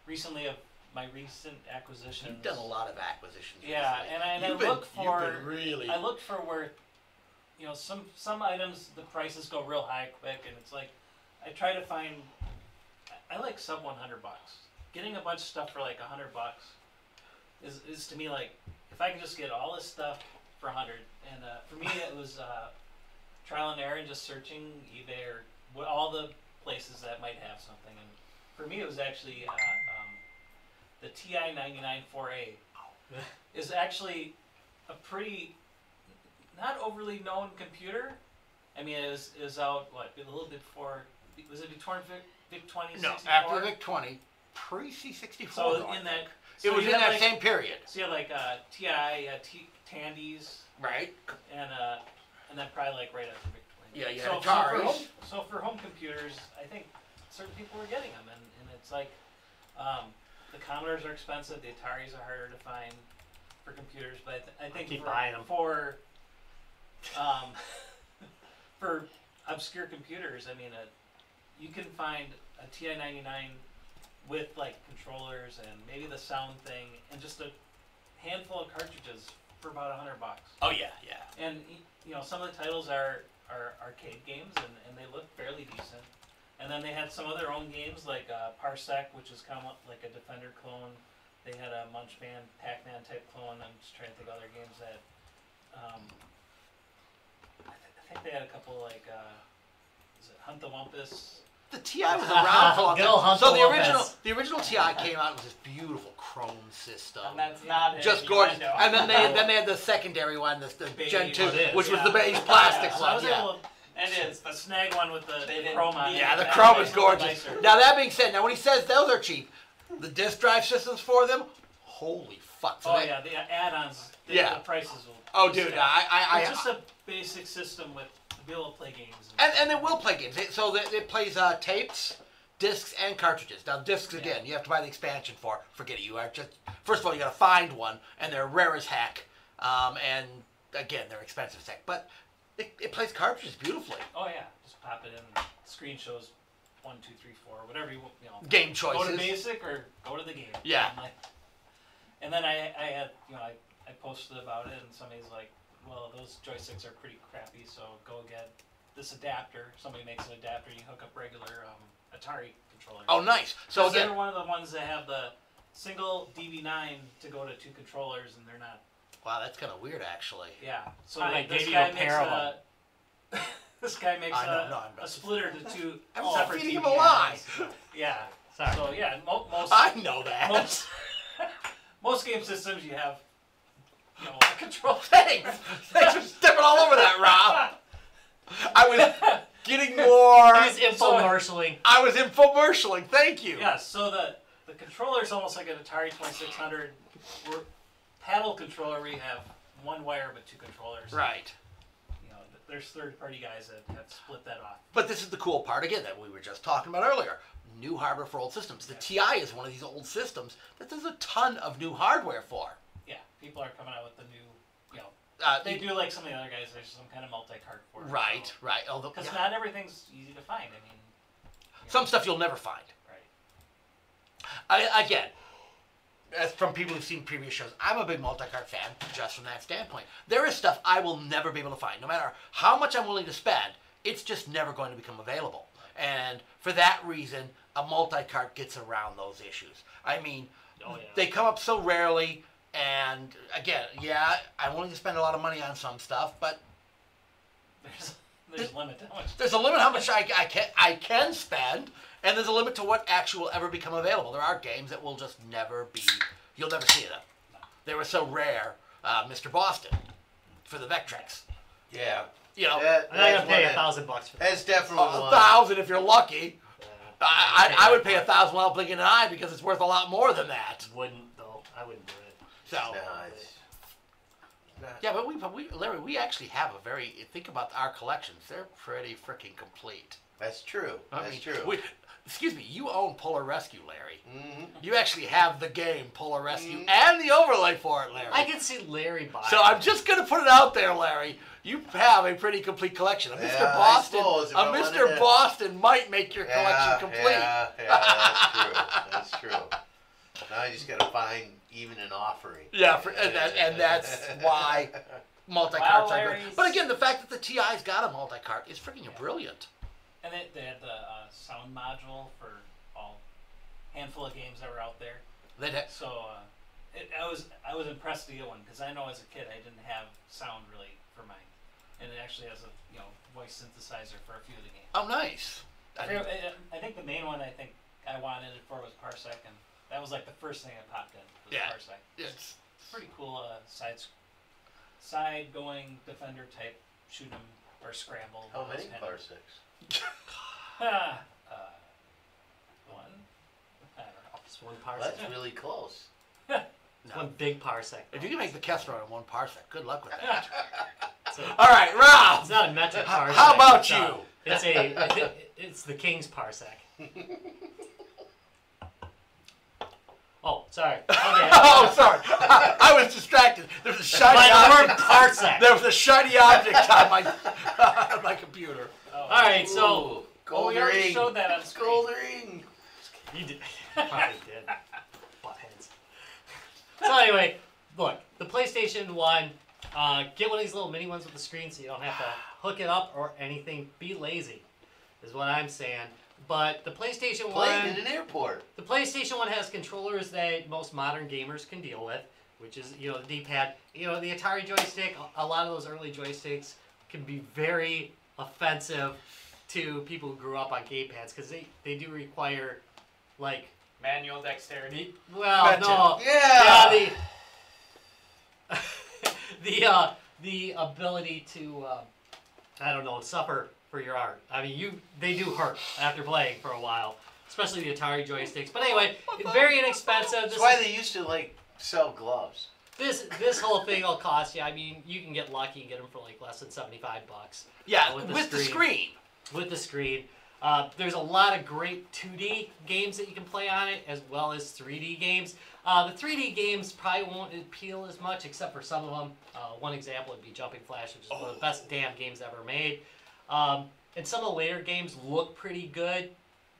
S3: recently of my recent acquisitions.
S2: You've done a lot of acquisitions.
S3: Mm. Yeah,
S2: recently.
S3: and I- and I
S2: You've been-
S3: look
S2: You've
S3: for-
S2: been really.
S3: I look for where, you know, some some items the prices go real high quick, and it's like, I try to find. I- I like sub one hundred bucks. Getting a bunch of stuff for like hundred bucks, is is to me like, if I can just get all this stuff for hundred, and uh, for me it was uh, trial and error and just searching eBay or wh- all the places that might have something, and for me it was actually uh, um, the TI ninety nine four A. Is actually a pretty not overly known computer. I mean, it was, it was out what a little bit before. Was it before Vic Vic twenty
S2: no,
S3: sixty
S2: after
S3: four?
S2: Vic 20, pre C64.
S3: So in that, so
S2: it was
S3: you
S2: in
S3: had
S2: that
S3: like,
S2: same period,
S3: So you had like uh, Ti, uh, T, Tandy's,
S2: right?
S3: and uh, and then probably like right after Vic twenty.
S2: Yeah, you
S3: so,
S2: had
S3: so, for
S2: Atari.
S3: home, so for home computers, I think certain people were getting them, and, and it's like um, the Commodores are expensive, the Ataris are harder to find for computers, but I, th- I think keep for, buying 'em. for um, for obscure computers, I mean, a, you can find a TI ninety nine with like controllers and maybe the sound thing and just a handful of cartridges for about a hundred bucks.
S2: Oh, yeah, yeah.
S3: And y- you know, some of the titles are, are arcade games, and, and they look fairly decent. And then they had some of their own games like uh, Parsec, which is kind of like a Defender clone. They had a Munchman, Pac-Man type clone. I'm just trying to think of other games that. Um, I, th- I think they had a couple like. Uh, is it Hunt the Wumpus?
S2: The TI was around for a long
S7: Good old
S2: time.
S7: Hunt
S2: So
S7: the
S2: the original,
S7: Wumpus.
S2: the original TI came out with this beautiful chrome system.
S6: And that's not it.
S2: just
S6: You
S2: gorgeous.
S6: know.
S2: And then they then they had the secondary one, the, the
S3: Beige
S2: Gen Two,
S3: one is,
S2: which was
S6: yeah.
S2: the beige plastic
S3: Yeah, so I
S2: one.
S3: was
S2: Yeah.
S3: able
S6: It is.
S3: to snag one with the,
S6: They
S3: the
S6: didn't
S3: chrome on
S6: need
S3: it.
S2: yeah, the
S3: That
S2: chrome
S3: makes
S2: is
S3: it
S2: gorgeous.
S3: nicer.
S2: Now that being said, now when he says those are cheap, the disk drive systems for them, holy fuck! So
S3: Oh
S2: they-
S3: yeah, the add-ons. The,
S2: Yeah.
S3: The prices will.
S2: Oh dude,
S3: Yeah.
S2: I I, I
S3: it's just a basic system with to be able to play games.
S2: And, and it will play games. It, so it, it plays uh, tapes, discs, and cartridges. Now discs again, you have to buy the expansion for. Forget it. You are just first of all you got to find one, and they're rare as heck. Um, and again, they're expensive as heck. But it, it plays cartridges beautifully.
S3: oh yeah, just pop it in. Screen shows one, two, three, four, whatever you want. You know,
S2: Game
S3: go to
S2: choices.
S3: basic or go to the game.
S2: Oh, Yeah.
S3: And, like- and then I, I had you know I, I posted about it and somebody's like, well those joysticks are pretty crappy, so go get this adapter. Somebody makes an adapter, you hook up regular um, Atari controller.
S2: Oh, nice. So
S3: So
S2: again,
S3: they're one of the ones that have the single DB9 to go to two controllers, and they're not.
S2: wow, that's kind of weird actually.
S3: Yeah. So
S1: I
S3: like,
S1: gave
S3: this
S1: you
S3: guy
S1: a
S3: makes
S1: pair of
S3: a. this guy makes
S2: I know,
S3: a,
S2: no, I'm not-
S3: a splitter to two
S2: I'm
S3: all
S2: not
S3: separate
S2: feeding him a
S3: DB9s.
S2: lie.
S3: Yeah.
S1: Sorry.
S3: So yeah, mo- most
S2: I know that.
S3: most most game systems you have. You know, a control.
S2: Thanks. Thanks for stepping all over that, Rob. I was getting more.
S7: He's infomercialing.
S2: I was infomercialing. Thank you.
S3: Yeah, so the the controller is almost like an Atari 2600 where- paddle controller where you have one wire but two controllers.
S2: Right.
S3: you know, th- there's third party guys that have split that off.
S2: But this is the cool part again that we were just talking about earlier. New hardware for old systems. The TI is one of these old systems that there's a ton of new hardware for.
S3: Yeah, people are coming out with the new, you know,
S2: Uh,
S3: they do like some of the other guys. There's some kind of multi card for it,
S2: Right, right. Although
S3: Because
S2: yeah.
S3: not everything's easy to find. I mean,
S2: some stuff you'll never find.
S3: right.
S2: I, again, as from people who've seen previous shows, I'm a big multi-card fan just from that standpoint. There is stuff I will never be able to find, no matter how much I'm willing to spend. It's just never going to become available, and for that reason, a multi-card gets around those issues. I mean,
S3: Oh, yeah.
S2: they come up so rarely, and again, yeah, I'm willing to spend a lot of money on some stuff, but
S3: There's there's a limit to how much.
S2: there's a limit how much I, I can I can spend, and there's a limit to what actually will ever become available. There are games that will just never be. You'll never see them. They were so rare. Uh, Mr. Boston for the Vectrex.
S4: Yeah.
S2: You know,
S4: That,
S7: I'm not
S4: that's,
S7: gonna pay
S4: one
S7: a
S4: that-
S7: thousand bucks for that.
S4: that's definitely
S2: a
S4: one.
S2: thousand if you're lucky. I,
S7: I'd
S2: I, I would pay
S7: that
S2: a thousand without blinking an eye because it's worth a lot more than that.
S7: much. Wouldn't though. I wouldn't do it.
S2: So
S4: Nah, it's- nah.
S2: yeah, but we, but we, Larry, we actually have a very think about our collections. They're pretty freaking complete.
S4: That's true.
S2: I
S4: That's
S2: mean,
S4: true.
S2: we- excuse me, you own Polar Rescue, Larry.
S4: Mhm.
S2: You actually have the game Polar Rescue
S4: Mm.
S2: and the overlay for it, Larry.
S7: I could see Larry buy.
S2: so
S7: it.
S2: I'm just gonna put it out there, Larry. You have a pretty complete collection. A Mr.
S4: Yeah, I
S2: Boston,
S4: suppose if
S2: a
S4: I wanted
S2: Mr.
S4: to-
S2: Boston might make your
S4: Yeah,
S2: collection complete.
S4: Yeah, yeah, that's true. That's true. Now you just gotta find even an offering.
S2: Yeah, for- and that- and that's why- Multi-card,
S3: Wow,
S2: type of-
S3: Larry's-
S2: but again, the fact that the TI's got a multi-card is freaking brilliant.
S3: And they, they had the uh, sound module for all handful of games that were out there.
S2: They'd ha-
S3: So uh, it, I was I was impressed to get one because I know as a kid I didn't have sound really for mine, and it actually has a you know voice synthesizer for a few of the games.
S2: oh, nice.
S3: I,
S2: I
S3: forget- I- I think the main one I think I wanted it for was Parsec, and that was like the first thing I popped in was
S2: Yeah.
S3: Parsec.
S2: it's,
S3: It's pretty cool uh, side side going defender type shoot 'em or scramble.
S4: How
S3: one of
S4: many
S3: those kind of-
S4: parsecs?
S3: uh, one. I don't know.
S7: It's one
S4: Well,
S7: parsec.
S4: that's really close.
S7: It's one big parsec.
S2: if you can make the Kestrel in one parsec, good luck with that.
S7: It's, a-
S2: All right,
S7: it's
S2: Rob.
S7: not a metric parsec.
S2: How about
S7: it's a-
S2: you?
S7: it's a. It's the king's parsec. Oh, sorry. Okay.
S2: Oh, sorry. I, I was distracted. There was a shiny
S7: By the word
S2: object.
S7: parsec.
S2: There was a shiny object on my on my computer.
S3: Oh,
S7: All right, so
S4: Ooh, gold
S3: we already
S4: ring.
S3: showed that on
S4: It's
S3: screen.
S4: gold ring.
S7: You did. Probably did. Buttheads. So anyway, look, the PlayStation One. Uh, get one of these little mini ones with the screen, so you don't have to hook it up or anything. Be lazy. is what I'm saying. But the PlayStation
S4: Playing
S7: One,
S4: in an airport.
S7: the PlayStation One has controllers that most modern gamers can deal with, which is you know the D-pad. You know the Atari joystick. a- A lot of those early joysticks can be very offensive to people who grew up on gamepads because they they do require like
S6: Manual dexterity.
S7: well
S2: Gotcha.
S7: no
S4: Yeah.
S7: Oh. yeah, the the uh, the ability to uh, I don't know suffer for your art. I mean, you they do hurt after playing for a while, especially the Atari joysticks. But anyway, very inexpensive. This
S4: That's why
S7: is-
S4: they used to like sell gloves.
S7: this this whole thing will cost you. I mean, you can get lucky and get them for like less than seventy five bucks Uh,
S2: Yeah,
S7: With
S2: with,
S7: the
S2: the
S7: screen.
S2: screen.
S7: with the screen. Uh, there's a lot of great 2D games that you can play on it, as well as 3D games. Uh, the 3D games probably won't appeal as much, except for some of them. Uh, one example would be Jumping Flash, which is
S2: Oh.
S7: one of the best damn games ever made. Um, and some of the later games look pretty good,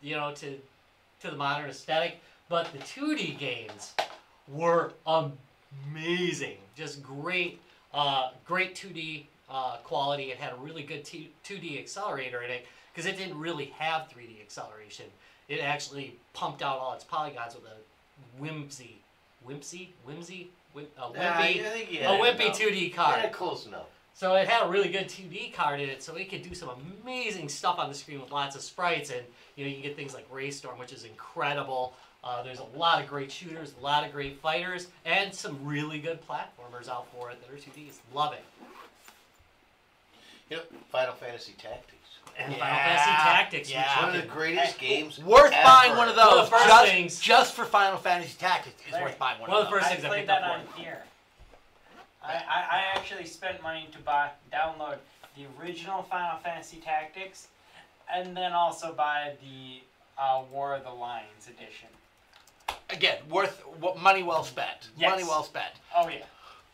S7: you know, to to the modern aesthetic. But the 2D games were amazing, just great, uh, great 2D uh, quality. It had a really good t- 2D accelerator in it because it didn't really have 3D acceleration. It actually pumped out all its polygons with a whimsy, whimsy, whimsy, Whim- a
S4: Nah, I
S7: wimpy,
S4: think you
S7: a
S4: had
S7: wimpy
S4: enough.
S7: 2D
S4: Yeah,
S7: card.
S4: close enough.
S7: So it had a really good 2D card in it, so it could do some amazing stuff on the screen with lots of sprites, and you know you can get things like Raystorm, which is incredible. Uh, there's a lot of great shooters, a lot of great fighters, and some really good platformers out for it that are 2Ds. Love it.
S4: Yep. Final Fantasy Tactics.
S7: And Final
S6: Yeah.
S7: Fantasy Tactics,
S6: Yeah.
S4: One of the greatest games.
S2: Worth
S4: ever.
S2: buying one of those.
S7: One of the first
S2: just,
S7: things-
S2: just for Final Fantasy Tactics is
S6: Right.
S2: worth buying one,
S7: One of
S2: of
S7: the
S2: those.
S7: first
S6: I
S7: things I
S6: played
S7: picked
S6: that
S7: up
S6: on
S7: for.
S6: here. I, I, I actually spent money to buy download the original Final Fantasy Tactics, and then also buy the uh, War of the Lions edition.
S2: Again, worth w- money well spent.
S6: Yes.
S2: Money well spent.
S6: Oh yeah.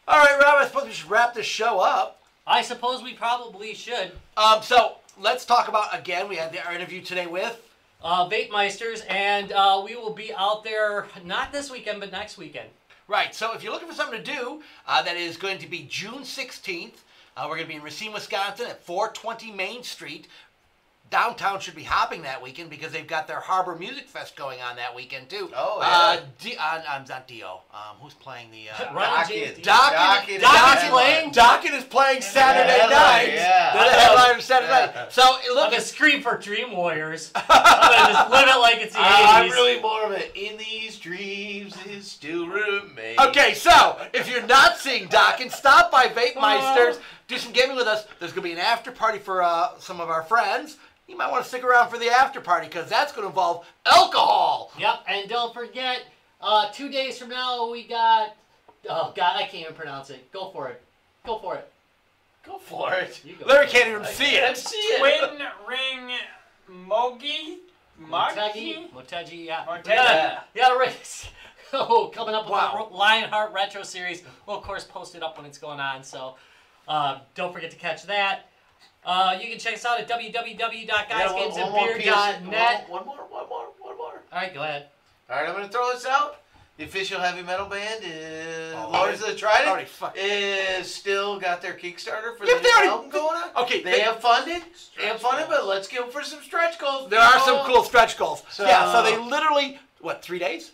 S2: All right, Rob. I suppose we should wrap this show up.
S7: I suppose we probably should.
S2: Um, so let's talk about again. We had the, our interview today with
S7: Uh, Vape Meisters, and uh, we will be out there not this weekend, but next weekend.
S2: Right. So if you're looking for something to do, uh, that is going to be June 16th. Uh, we're going to be in Racine, Wisconsin at 420 Main Street. Downtown should be hopping that weekend because they've got their Harbor Music Fest going on that weekend too.
S4: Oh,
S2: Uh,
S4: yeah.
S2: D- uh, I'm not Dio. Um, who's playing the? Uh,
S7: Ron
S4: Docket.
S7: James Dio.
S2: Docket,
S4: Docket.
S2: Docket,
S4: Docket.
S2: playing, Docket is playing Saturday
S4: headliner,
S2: night.
S4: yeah.
S2: They're the headliner Saturday
S4: Yeah.
S2: night. So
S7: I'm
S2: look,
S7: gonna scream for Dream Warriors. I'm gonna just live it like it's the
S6: Uh,
S7: 80s.
S4: I'm really more of a in these dreams it still remains.
S2: Okay, so if you're not seeing Dokken, stop by Vape Meisters,
S4: Oh.
S2: do some gaming with us. There's going to be an after party for uh, some of our friends. You might want to stick around for the after party because that's going to involve alcohol.
S7: Yep, and don't forget, uh, two days from now we got. Oh God, I can't even pronounce it. Go for it. Go for it.
S4: Go for it.
S7: You go.
S2: Larry can't even see
S4: can't
S2: it.
S4: see it.
S6: Twin Ring Mogi Mogi.
S7: Motegi. Motegi. Yeah.
S6: Motegi.
S7: We gotta- Yeah, right. Oh, coming up with
S2: Wow.
S7: the Ro- Lionheart retro series. We'll of course post it up when it's going on. So, uh, don't forget to catch that. Uh, you can check us out at
S4: Yeah, one- one more PS
S7: www.guysgamesandbeer.net.
S4: One more, one more, one more.
S7: All right, go ahead.
S4: All right, I'm gonna throw this out. The official heavy metal band is
S2: Oh,
S4: Lords of the
S2: I
S4: Trident
S2: already fuck-
S4: is still got their Kickstarter for
S2: Yeah,
S4: the
S2: they already-
S4: new album going on.
S2: Okay,
S4: They
S2: they-
S4: have funded, they have funded,
S6: goals.
S4: but let's give them for some stretch goals.
S2: there are some
S4: people.
S2: cool stretch goals.
S4: So-
S2: yeah, so they literally, what, three days?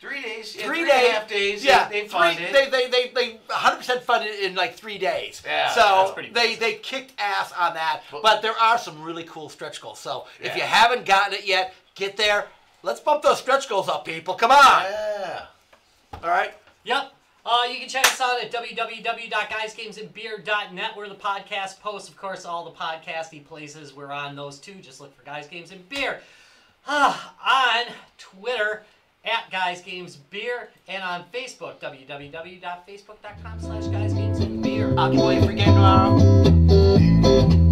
S4: Three days, yeah,
S2: Three
S4: three and
S2: days.
S4: a half days.
S2: yeah,
S4: they, they
S2: three-
S4: funded.
S2: They, they, they, they 100% funded it in like three days.
S4: Yeah,
S2: so
S4: that's
S7: pretty
S2: they, they kicked ass on that.
S4: But-
S2: But there are some really cool stretch goals. So if
S4: Yeah.
S2: you haven't gotten it yet, get there. Let's bump those stretch goals up, people. Come on.
S4: yeah.
S2: All right.
S7: Yep. Uh, you can check us out at www.guysgamesandbeer.net where the podcast posts, of course, all the podcasty places we're on those two. Just look for Guys Games and Beer. on Twitter at Guys Games Beer and on Facebook, www.facebook.com slash Guys Games and Beer.
S2: I'll be waiting for game tomorrow.